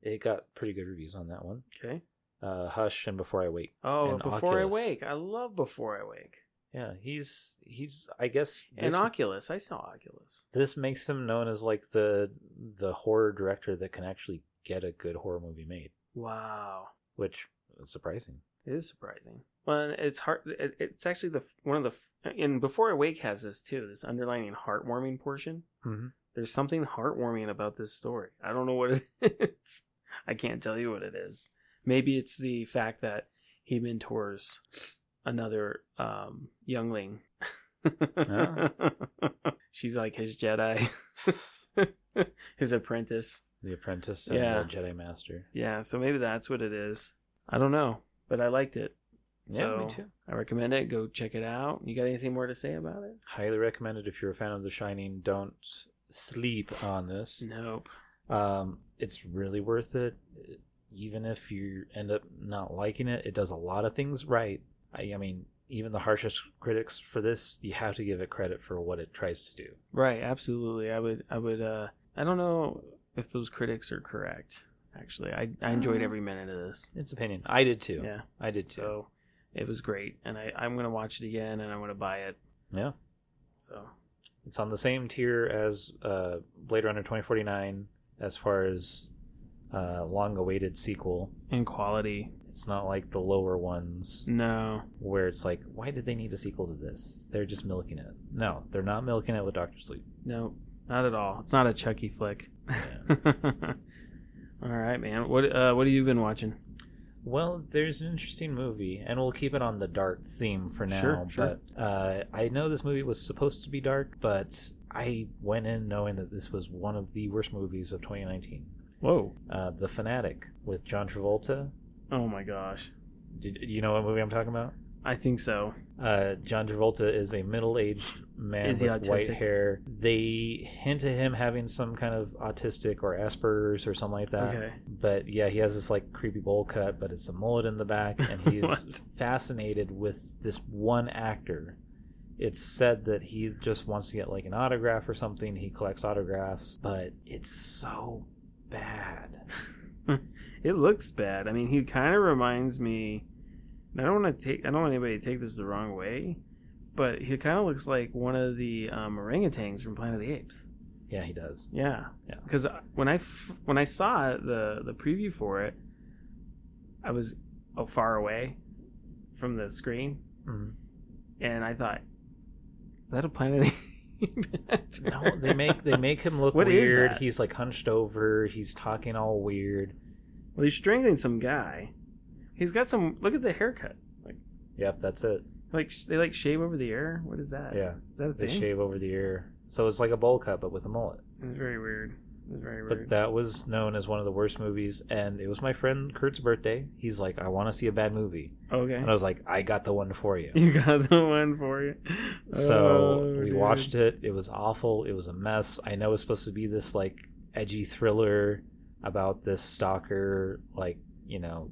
S2: it got pretty good reviews on that one.
S1: Okay.
S2: Uh, Hush and Before I Wake.
S1: Oh,
S2: And
S1: Before I
S2: Oculus.
S1: Wake. I love Before I Wake.
S2: Yeah, he's he's I guess
S1: And
S2: this,
S1: Oculus. I saw Oculus.
S2: this makes him known as like the the horror director that can actually get a good horror movie made,
S1: Wow.
S2: which is surprising.
S1: It is surprising. Well, it's hard. It, it's actually the f- one of the f- and Before I Wake has this too. This underlining heartwarming portion.
S2: Mm-hmm.
S1: There's something heartwarming about this story. I don't know what it [laughs] is. I can't tell you what it is. Maybe it's the fact that he mentors another um, youngling.
S2: Ah.
S1: [laughs] She's like his Jedi, [laughs] his apprentice.
S2: The Apprentice and
S1: Yeah.
S2: the Jedi Master.
S1: Yeah, so maybe that's what it is. I don't know, but I liked it. So, I recommend it. Go check it out. You got anything more to say about it?
S2: Highly recommended if you're a fan of The Shining. Don't sleep on this.
S1: Nope.
S2: Um, it's really worth it. Even if you end up not liking it, it does a lot of things right. I, I mean, even the harshest critics for this, you have to give it credit for what it tries to do.
S1: Right, absolutely. I would I would uh I don't know if those critics are correct. Actually, I I enjoyed every minute of this.
S2: It's opinion. I did too.
S1: Mm-hmm. Yeah.
S2: I did too.
S1: So it was great, and I I'm gonna watch it again, and I'm gonna buy it.
S2: Yeah.
S1: So
S2: It's on the same tier as uh, Blade Runner 2049 as far as uh, long awaited sequel.
S1: in quality,
S2: It's not like the lower ones
S1: no,
S2: where it's like, why did they need a sequel to this? They're just milking it. No, they're not milking it with Doctor Sleep.
S1: no, not at all. It's not a Chucky flick. [laughs] all right, man. What uh what have you been watching?
S2: Well, there's an interesting movie, and we'll keep it on the dark theme for now.
S1: Sure, sure.
S2: But uh, I know this movie was supposed to be dark, but I went in knowing that this was one of the worst movies of 2019.
S1: Whoa.
S2: Uh, the Fanatic with John Travolta.
S1: Oh my gosh.
S2: Did you know what movie I'm talking about?
S1: I think so.
S2: Uh, John Travolta is a middle-aged man
S1: Is he
S2: with white
S1: autistic?
S2: hair. They hint at him having some kind of autistic or Asperger's or something like that.
S1: okay.
S2: But yeah, he has this like creepy bowl cut, but it's a mullet in the back,
S1: [laughs]
S2: and
S1: What?
S2: he's fascinated with this one actor. It's said that he just wants to get like an autograph or something. He collects autographs, but it's so bad. [laughs]
S1: It looks bad. I mean, he kind of reminds me. and I don't want to take. I don't want anybody to take this the wrong way, but he kind of looks like one of the um, orangutans from Planet of the Apes.
S2: Yeah, he does.
S1: Yeah.
S2: Yeah.
S1: Because when I f- when I saw the the preview for it, I was uh, far away from the screen,
S2: Mhm.
S1: and I thought, "Is that a Planet of the Apes?" actor?" [laughs]
S2: No, they make they make him look
S1: What is
S2: weird.
S1: that?
S2: He's like hunched over. He's talking all weird.
S1: Well, he's strangling some guy. He's got some. Look at the haircut.
S2: Yep, that's it.
S1: Like sh- they like shave over the ear. What is that?
S2: Yeah,
S1: Is that a
S2: they
S1: thing?
S2: shave over the ear, so it's like a bowl cut but with a mullet.
S1: It was very weird. It was very
S2: But
S1: weird.
S2: that was known as one of the worst movies, and it was my friend Kurt's birthday. He's like, I want to see a bad movie,
S1: okay.
S2: and I was like, I got the one for you.
S1: [laughs] You got the one for you.
S2: So
S1: Oh,
S2: we watched it. It was awful. It was a mess. I know it's supposed to be this like edgy thriller about this stalker, like you know,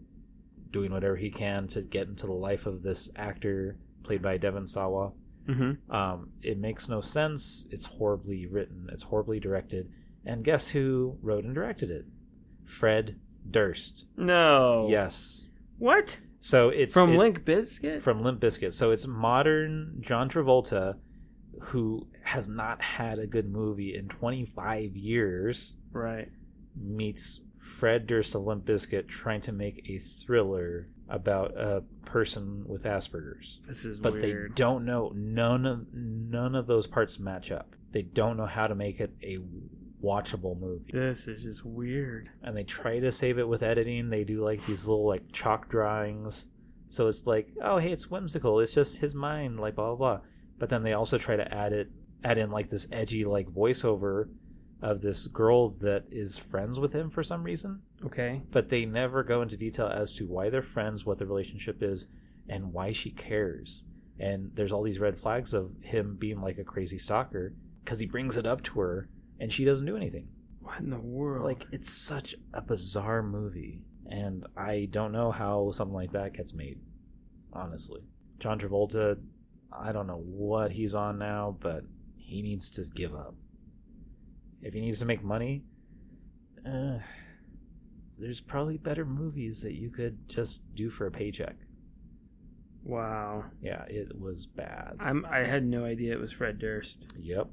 S2: doing whatever he can to get into the life of this actor played by Devon Sawa.
S1: hmm
S2: Um, it makes no sense. It's horribly written. It's horribly directed. And guess who wrote and directed it? Fred Durst.
S1: No.
S2: Yes.
S1: What?
S2: So it's
S1: Oh. From
S2: it-
S1: Link Biscuit?
S2: from Limp Bizkit. So it's modern John Travolta, who has not had a good movie in 25 years,
S1: Right.
S2: meets Fred Durst of Limp Bizkit trying to make a thriller about a person with Asperger's.
S1: This is
S2: But
S1: weird.
S2: they don't know none of none of those parts match up. They don't know how to make it a watchable movie.
S1: This is just weird.
S2: And they try to save it with editing. They do like these little like chalk drawings. So it's like, oh hey, it's whimsical. It's just his mind, like blah blah blah. But then they also try to add it add in like this edgy like voiceover of this girl that is friends with him for some reason.
S1: Okay.
S2: But they never go into detail as to why they're friends, what the relationship is, and why she cares. And there's all these red flags of him being like a crazy stalker because he brings it up to her and she doesn't do anything.
S1: What in the world?
S2: Like it's such a bizarre movie, and I don't know how something like that gets made. Honestly, John Travolta, I don't know what he's on now, but he needs to give up. If he needs to make money, uh, there's probably better movies that you could just do for a paycheck.
S1: wow.
S2: Yeah, it was bad.
S1: I'm I had no idea it was Fred Durst.
S2: Yep.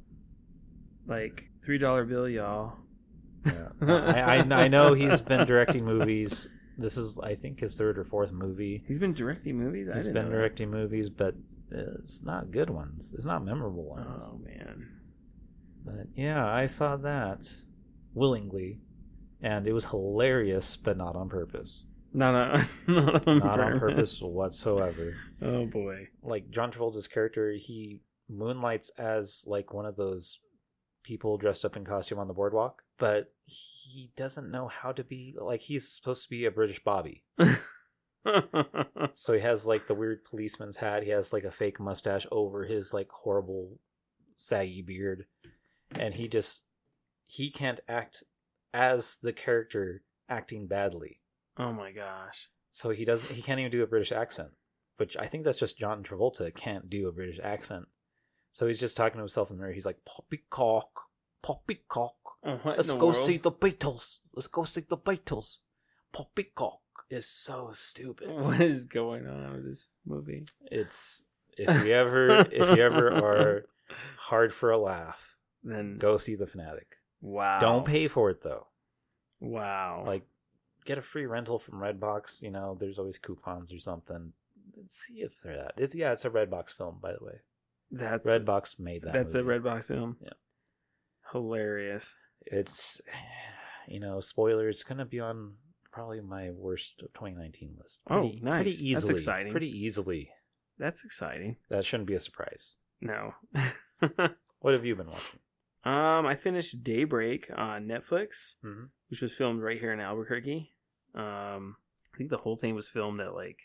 S1: Like three dollar bill, y'all.
S2: Yeah. I, I, I know he's been directing movies. This is, I think, his third or fourth movie.
S1: He's been directing movies? I
S2: He's
S1: didn't
S2: been
S1: know that.
S2: directing movies, but it's not good ones. It's not memorable ones.
S1: Oh man.
S2: But yeah, I saw that willingly, and it was hilarious, but not
S1: [laughs]
S2: on purpose.
S1: Not on, not on
S2: Not on
S1: purpose.
S2: purpose whatsoever.
S1: Oh boy. [laughs]
S2: Like John Travolta's character, he moonlights as like one of those people dressed up in costume on the boardwalk, but he doesn't know how to be like he's supposed to be a British Bobby.
S1: Oh,
S2: So he has like the weird policeman's hat. He has like a fake mustache over his like horrible saggy beard. And he just he can't act as the character acting badly.
S1: oh my gosh.
S2: So he does he can't even do a British accent, which I think that's just John Travolta can't do a British accent. So he's just talking to himself in the mirror. He's like poppycock, Poppycock.
S1: Uh, what in
S2: Let's
S1: the
S2: go
S1: world?
S2: see the Beatles. Let's go see the Beatles. Poppycock is so
S1: [laughs]
S2: stupid.
S1: What is going on with this movie?
S2: It's if you ever if you
S1: [laughs]
S2: ever are hard for a laugh,
S1: Then
S2: go see the Fanatic.
S1: wow.
S2: Don't pay for it though.
S1: Wow.
S2: Like get a free rental from Redbox. You know, there's always coupons or something. Let's see if they're that. It's yeah, it's a Redbox film by the way.
S1: that's
S2: Redbox made that.
S1: that's a
S2: movie.
S1: red box film.
S2: Yeah.
S1: Hilarious.
S2: It's you know spoilers. It's gonna be on probably my worst of 2019 list.
S1: Oh, nice. That's
S2: easily.
S1: exciting.
S2: Pretty easily.
S1: That's exciting.
S2: That shouldn't be a surprise.
S1: No. [laughs]
S2: What have you been watching?
S1: um, I finished Daybreak on Netflix,
S2: Mhm.
S1: which was filmed right here in Albuquerque. Um, I think the whole thing was filmed at like,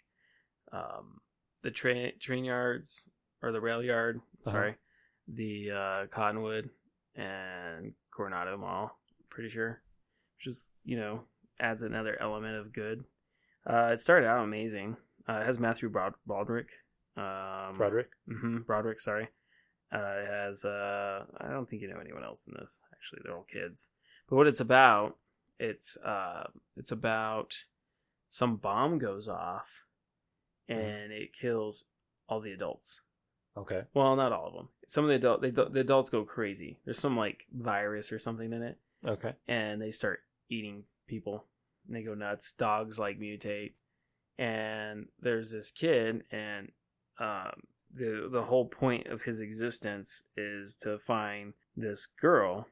S1: um, the train train yards or the rail yard.
S2: Uh-huh.
S1: Sorry, the uh, Cottonwood and Coronado Mall. Pretty sure, which is you know adds another element of good. Uh, it started out amazing. Uh, it has Matthew Brod- Broderick. Um,
S2: Broderick.
S1: hmm Broderick, sorry. Uh, it has, uh, I don't think you know anyone else in this. Actually, they're all kids. But what it's about, it's, uh, it's about some bomb goes off and it kills all the adults.
S2: Okay.
S1: Well, not all of them. Some of the adult, they, the adults go crazy. There's some like virus or something in it,
S2: Okay.
S1: and they start eating people. And they go nuts. Dogs like mutate, and there's this kid, and um, the the whole point of his existence is to find this girl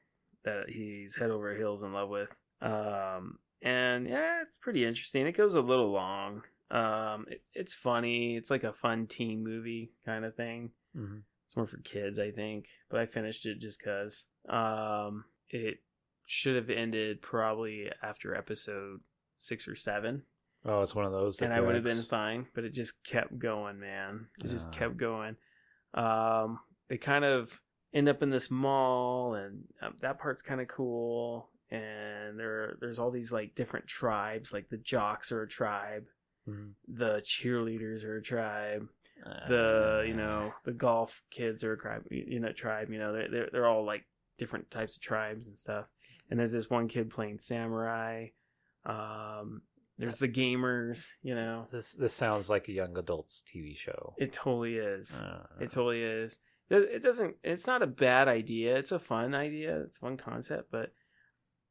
S1: that he's head over heels in love with. Um, and yeah, it's pretty interesting. It goes a little long. Um, it, it's funny. It's like a fun teen movie kind of thing.
S2: hmm
S1: It's more for kids, I think. But I finished it just because um, it should have ended probably after episode six or seven,
S2: Oh, it's one of those. that
S1: and I would have
S2: drags.
S1: been fine. But it just kept going, man. It just
S2: Ah.
S1: kept going. Um, they kind of end up in this mall, and um, that part's kind of cool. And there, there's all these like different tribes. Like the jocks are a tribe,
S2: Mhm.
S1: the cheerleaders are a tribe Uh,
S2: Oh,
S1: the you know the golf kids are a tribe you know tribe you know they're, they're, they're all like different types of tribes and stuff and there's this one kid playing samurai um there's the gamers you know
S2: This this sounds like a young adults TV show.
S1: it totally is
S2: Uh,
S1: it totally is it, it doesn't it's not a bad idea it's a fun idea it's a fun concept but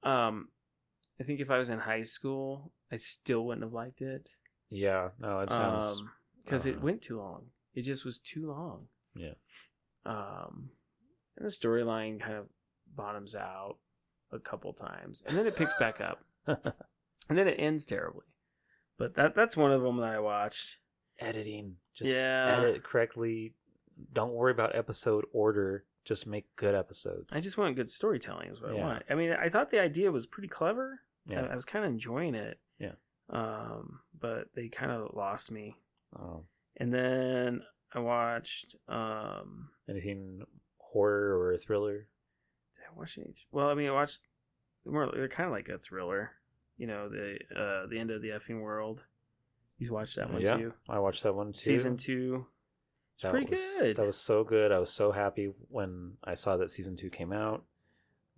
S1: um i think if i was in high school i still wouldn't have liked it
S2: yeah. No, it sounds.
S1: um because it
S2: uh,
S1: went too long it just was too long
S2: Yeah.
S1: um and the storyline kind of bottoms out a couple times and then it picks back
S2: [laughs]
S1: up and then it ends terribly but that that's one of them that i watched
S2: editing. Just
S1: Yeah.
S2: edit correctly. Don't worry about episode order. Just make good episodes.
S1: i just want good storytelling is what
S2: Yeah.
S1: i want i mean i thought the idea was pretty clever
S2: Yeah.
S1: I, I was kind of enjoying it
S2: Yeah.
S1: um but they kind of lost me
S2: Oh.
S1: and then i watched um
S2: Anything horror or thriller?
S1: Did I watch any? Well, I mean, I watched more. They're kind of like a thriller, you know. The uh, the end of the effing world. You watched that one
S2: Yeah,
S1: too.
S2: I watched that one too.
S1: Season two. It's
S2: That
S1: pretty
S2: was,
S1: good.
S2: That was so good. I was so happy when I saw that season two came out.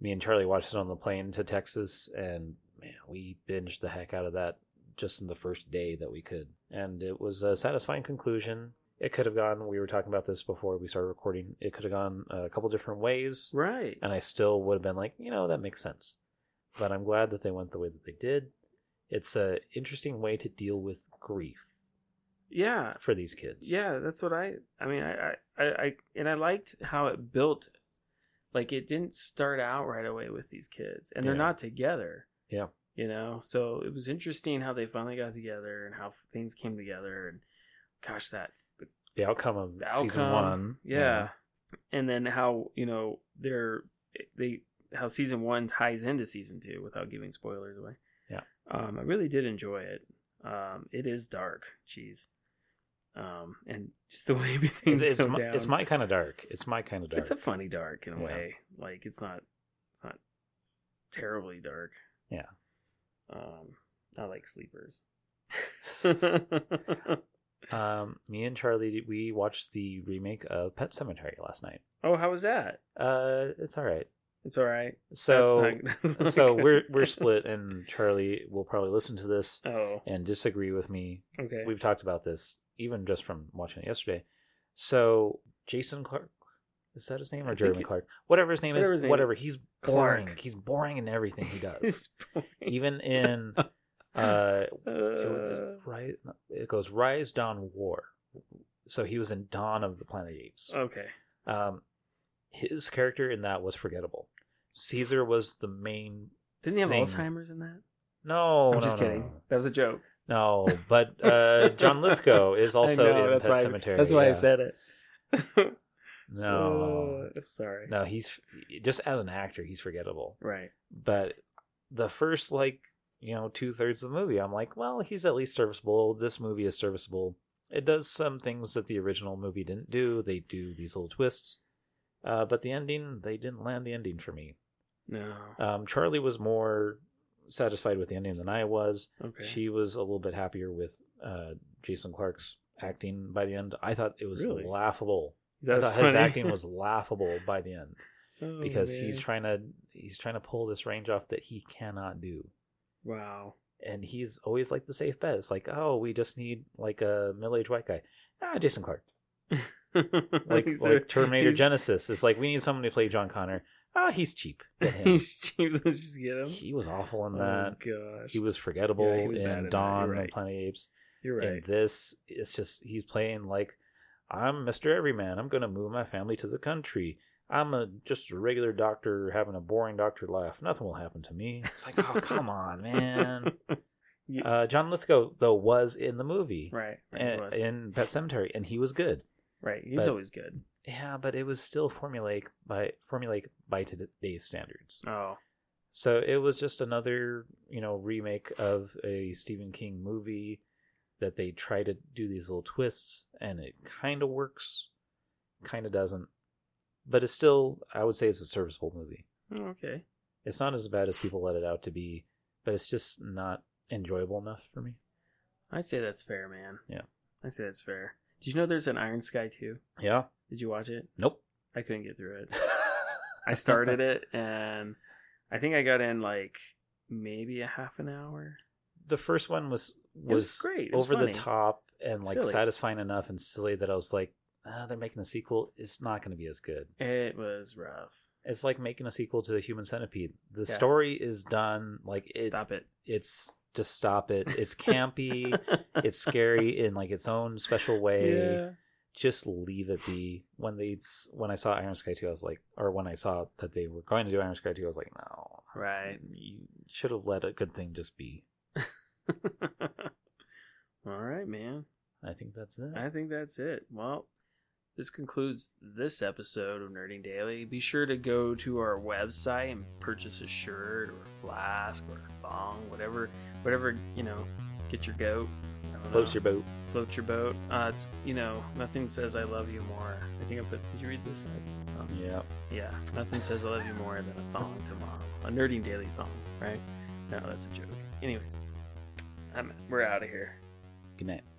S2: Me and Charlie watched it on the plane to Texas, and man, we binged the heck out of that just in the first day that we could. And it was a satisfying conclusion. It could have gone. We were talking about this before we started recording. It could have gone a couple different ways,
S1: right.
S2: and I still would have been like, you know, that makes sense. But I'm glad that they went the way that they did. It's a interesting way to deal with grief
S1: Yeah.
S2: for these kids.
S1: Yeah, that's what I. I mean, I, I, I, I, and I liked how it built. Like it didn't start out right away with these kids, and they're
S2: Yeah.
S1: not together.
S2: Yeah.
S1: you know, so it was interesting how they finally got together and how things came together, and gosh, that
S2: the outcome of
S1: the outcome.
S2: season one.
S1: Yeah. And then how, you know, they're they how season one ties into season two without giving spoilers away.
S2: Yeah.
S1: Um, I really did enjoy it. Um, it is dark, jeez. Um, and just the [laughs] way
S2: It's,
S1: [laughs] things
S2: it's
S1: go
S2: my,
S1: down.
S2: it's my kind of dark. It's my kind of dark.
S1: It's a funny dark in a
S2: Yeah.
S1: way. Like it's not it's not terribly dark.
S2: Yeah.
S1: Um, I like sleepers. [laughs]
S2: um, me and Charlie, we watched the remake of Pet Cemetery last night.
S1: oh, how was that?
S2: Uh, it's all right.
S1: It's all right.
S2: So
S1: That's not- that's not
S2: so
S1: good. [laughs]
S2: we're we're split, and Charlie will probably listen to this
S1: Oh,
S2: and disagree with me.
S1: okay.
S2: We've talked about this even just from watching it yesterday. So Jason Clark is that his name
S1: I
S2: or
S1: think
S2: Jeremy
S1: it-
S2: Clark? Whatever his name
S1: whatever
S2: is,
S1: his name-
S2: whatever. He's boring.
S1: Clark.
S2: He's boring in
S1: [laughs]
S2: everything he does.
S1: It's boring. [laughs]
S2: even in uh, it
S1: Uh,
S2: was right. It goes Rise Dawn War. So he was in Dawn of the Planet of the Apes.
S1: [laughs] Uh, okay.
S2: Um, his character in that was forgettable. Caesar was the main.
S1: Didn't he have
S2: thing.
S1: Alzheimer's in that?
S2: No,
S1: I'm
S2: no,
S1: just
S2: no,
S1: kidding.
S2: no.
S1: That was a joke.
S2: No, but uh,
S1: [laughs]
S2: John Lithgow is also
S1: I know.
S2: in
S1: that's
S2: Pet
S1: why.
S2: Cemetery.
S1: I, that's why
S2: yeah.
S1: I said [laughs] it.
S2: no.
S1: Uh, I'm sorry.
S2: No, he's just as an actor, he's forgettable.
S1: Right.
S2: But the first like you know two thirds of the movie, I'm like, well, he's at least serviceable. This movie is serviceable. It does some things that the original movie didn't do. They do these little twists, uh, but the ending they didn't land the ending for me.
S1: No.
S2: Um, Charlie was more satisfied with the ending than I was.
S1: Okay.
S2: She was a little bit happier with uh, Jason Clark's acting by the end. I thought it was
S1: Really?
S2: laughable.
S1: That's
S2: I thought his
S1: funny.
S2: acting was laughable by the end
S1: [laughs] Oh,
S2: because he's
S1: man.
S2: trying to he's trying to pull this range off that he cannot do.
S1: wow. [laughs]
S2: And he's always like the safe bet. It's like, oh, we just need like a middle-aged white guy. Ah, Jason
S1: [laughs]
S2: Clark. Like,
S1: He's
S2: like
S1: a-
S2: Terminator
S1: he's-
S2: Genesis. It's like we need someone to play John Connor. Ah, he's cheap.
S1: [laughs]
S2: Get him.
S1: [laughs] He's cheap. Let's just get him.
S2: he was awful in
S1: oh
S2: that.
S1: gosh.
S2: he was forgettable
S1: Yeah, he was bad in
S2: in
S1: that.
S2: Dawn
S1: You're
S2: and
S1: right.
S2: Planet of the Apes.
S1: You're
S2: And
S1: right.
S2: this, it's just he's playing like I'm Mr. Everyman. I'm gonna move my family to the country. I'm a just a regular doctor having a boring doctor life. Nothing will happen to me. It's like, oh come on, man.
S1: [laughs] You-
S2: Uh, John Lithgow though was in the movie
S1: right. Right. he
S2: a-
S1: was.
S2: in Pet Cemetery, and he was good.
S1: right. He's
S2: Eh, but-
S1: always good.
S2: Yeah, but it was still formulaic by formulaic by today's standards.
S1: Oh.
S2: So it was just another, you know, remake of a Stephen King movie that they try to do these little twists and it kind of works, kind of doesn't. But it's still, I would say it's a serviceable movie.
S1: Oh, Okay.
S2: It's not as bad as people let it out to be, but it's just not enjoyable enough for me.
S1: I'd say that's fair, man.
S2: Yeah.
S1: I say that's fair. Did you know there's an Iron Sky 2?
S2: Yeah.
S1: Did you watch it?
S2: Nope.
S1: I couldn't get through it. I started it and I think I got in like maybe a half an hour.
S2: [laughs] the first one was
S1: was
S2: was,
S1: great. It was
S2: over the
S1: funny.
S2: top and like
S1: Silly.
S2: satisfying enough and silly that I was like, ah, they're making a sequel. It's not going to be as good.
S1: It was rough.
S2: It's like making a sequel to the Human Centipede. The
S1: Yeah.
S2: story is done. Like it's
S1: Stop it.
S2: it's just stop it.
S1: [laughs]
S2: It's campy. it's scary in like its own special way.
S1: Yeah.
S2: Just leave it be. When they s- when I saw Iron Sky two, I was like, or when I saw that they were going to do Iron Sky two, I was like, no, Mm,
S1: Right. [laughs]
S2: you should have let a good thing just be.
S1: All right, man.
S2: I think that's it.
S1: I think that's it. Well, this concludes this episode of Nerding Daily. Be sure to go to our website and purchase a shirt or a flask or a thong, whatever, whatever you know. Get your goat. I don't
S2: Close
S1: know.
S2: your boat.
S1: float your boat. Uh, it's you know nothing says I love you more. I think I put. Did you read this? I- Something.
S2: Yeah.
S1: Yeah, nothing says I love you more than a thong tomorrow. A nerding daily thong, right? No, that's a joke. Anyways, I'm, we're out of here.
S2: Good night.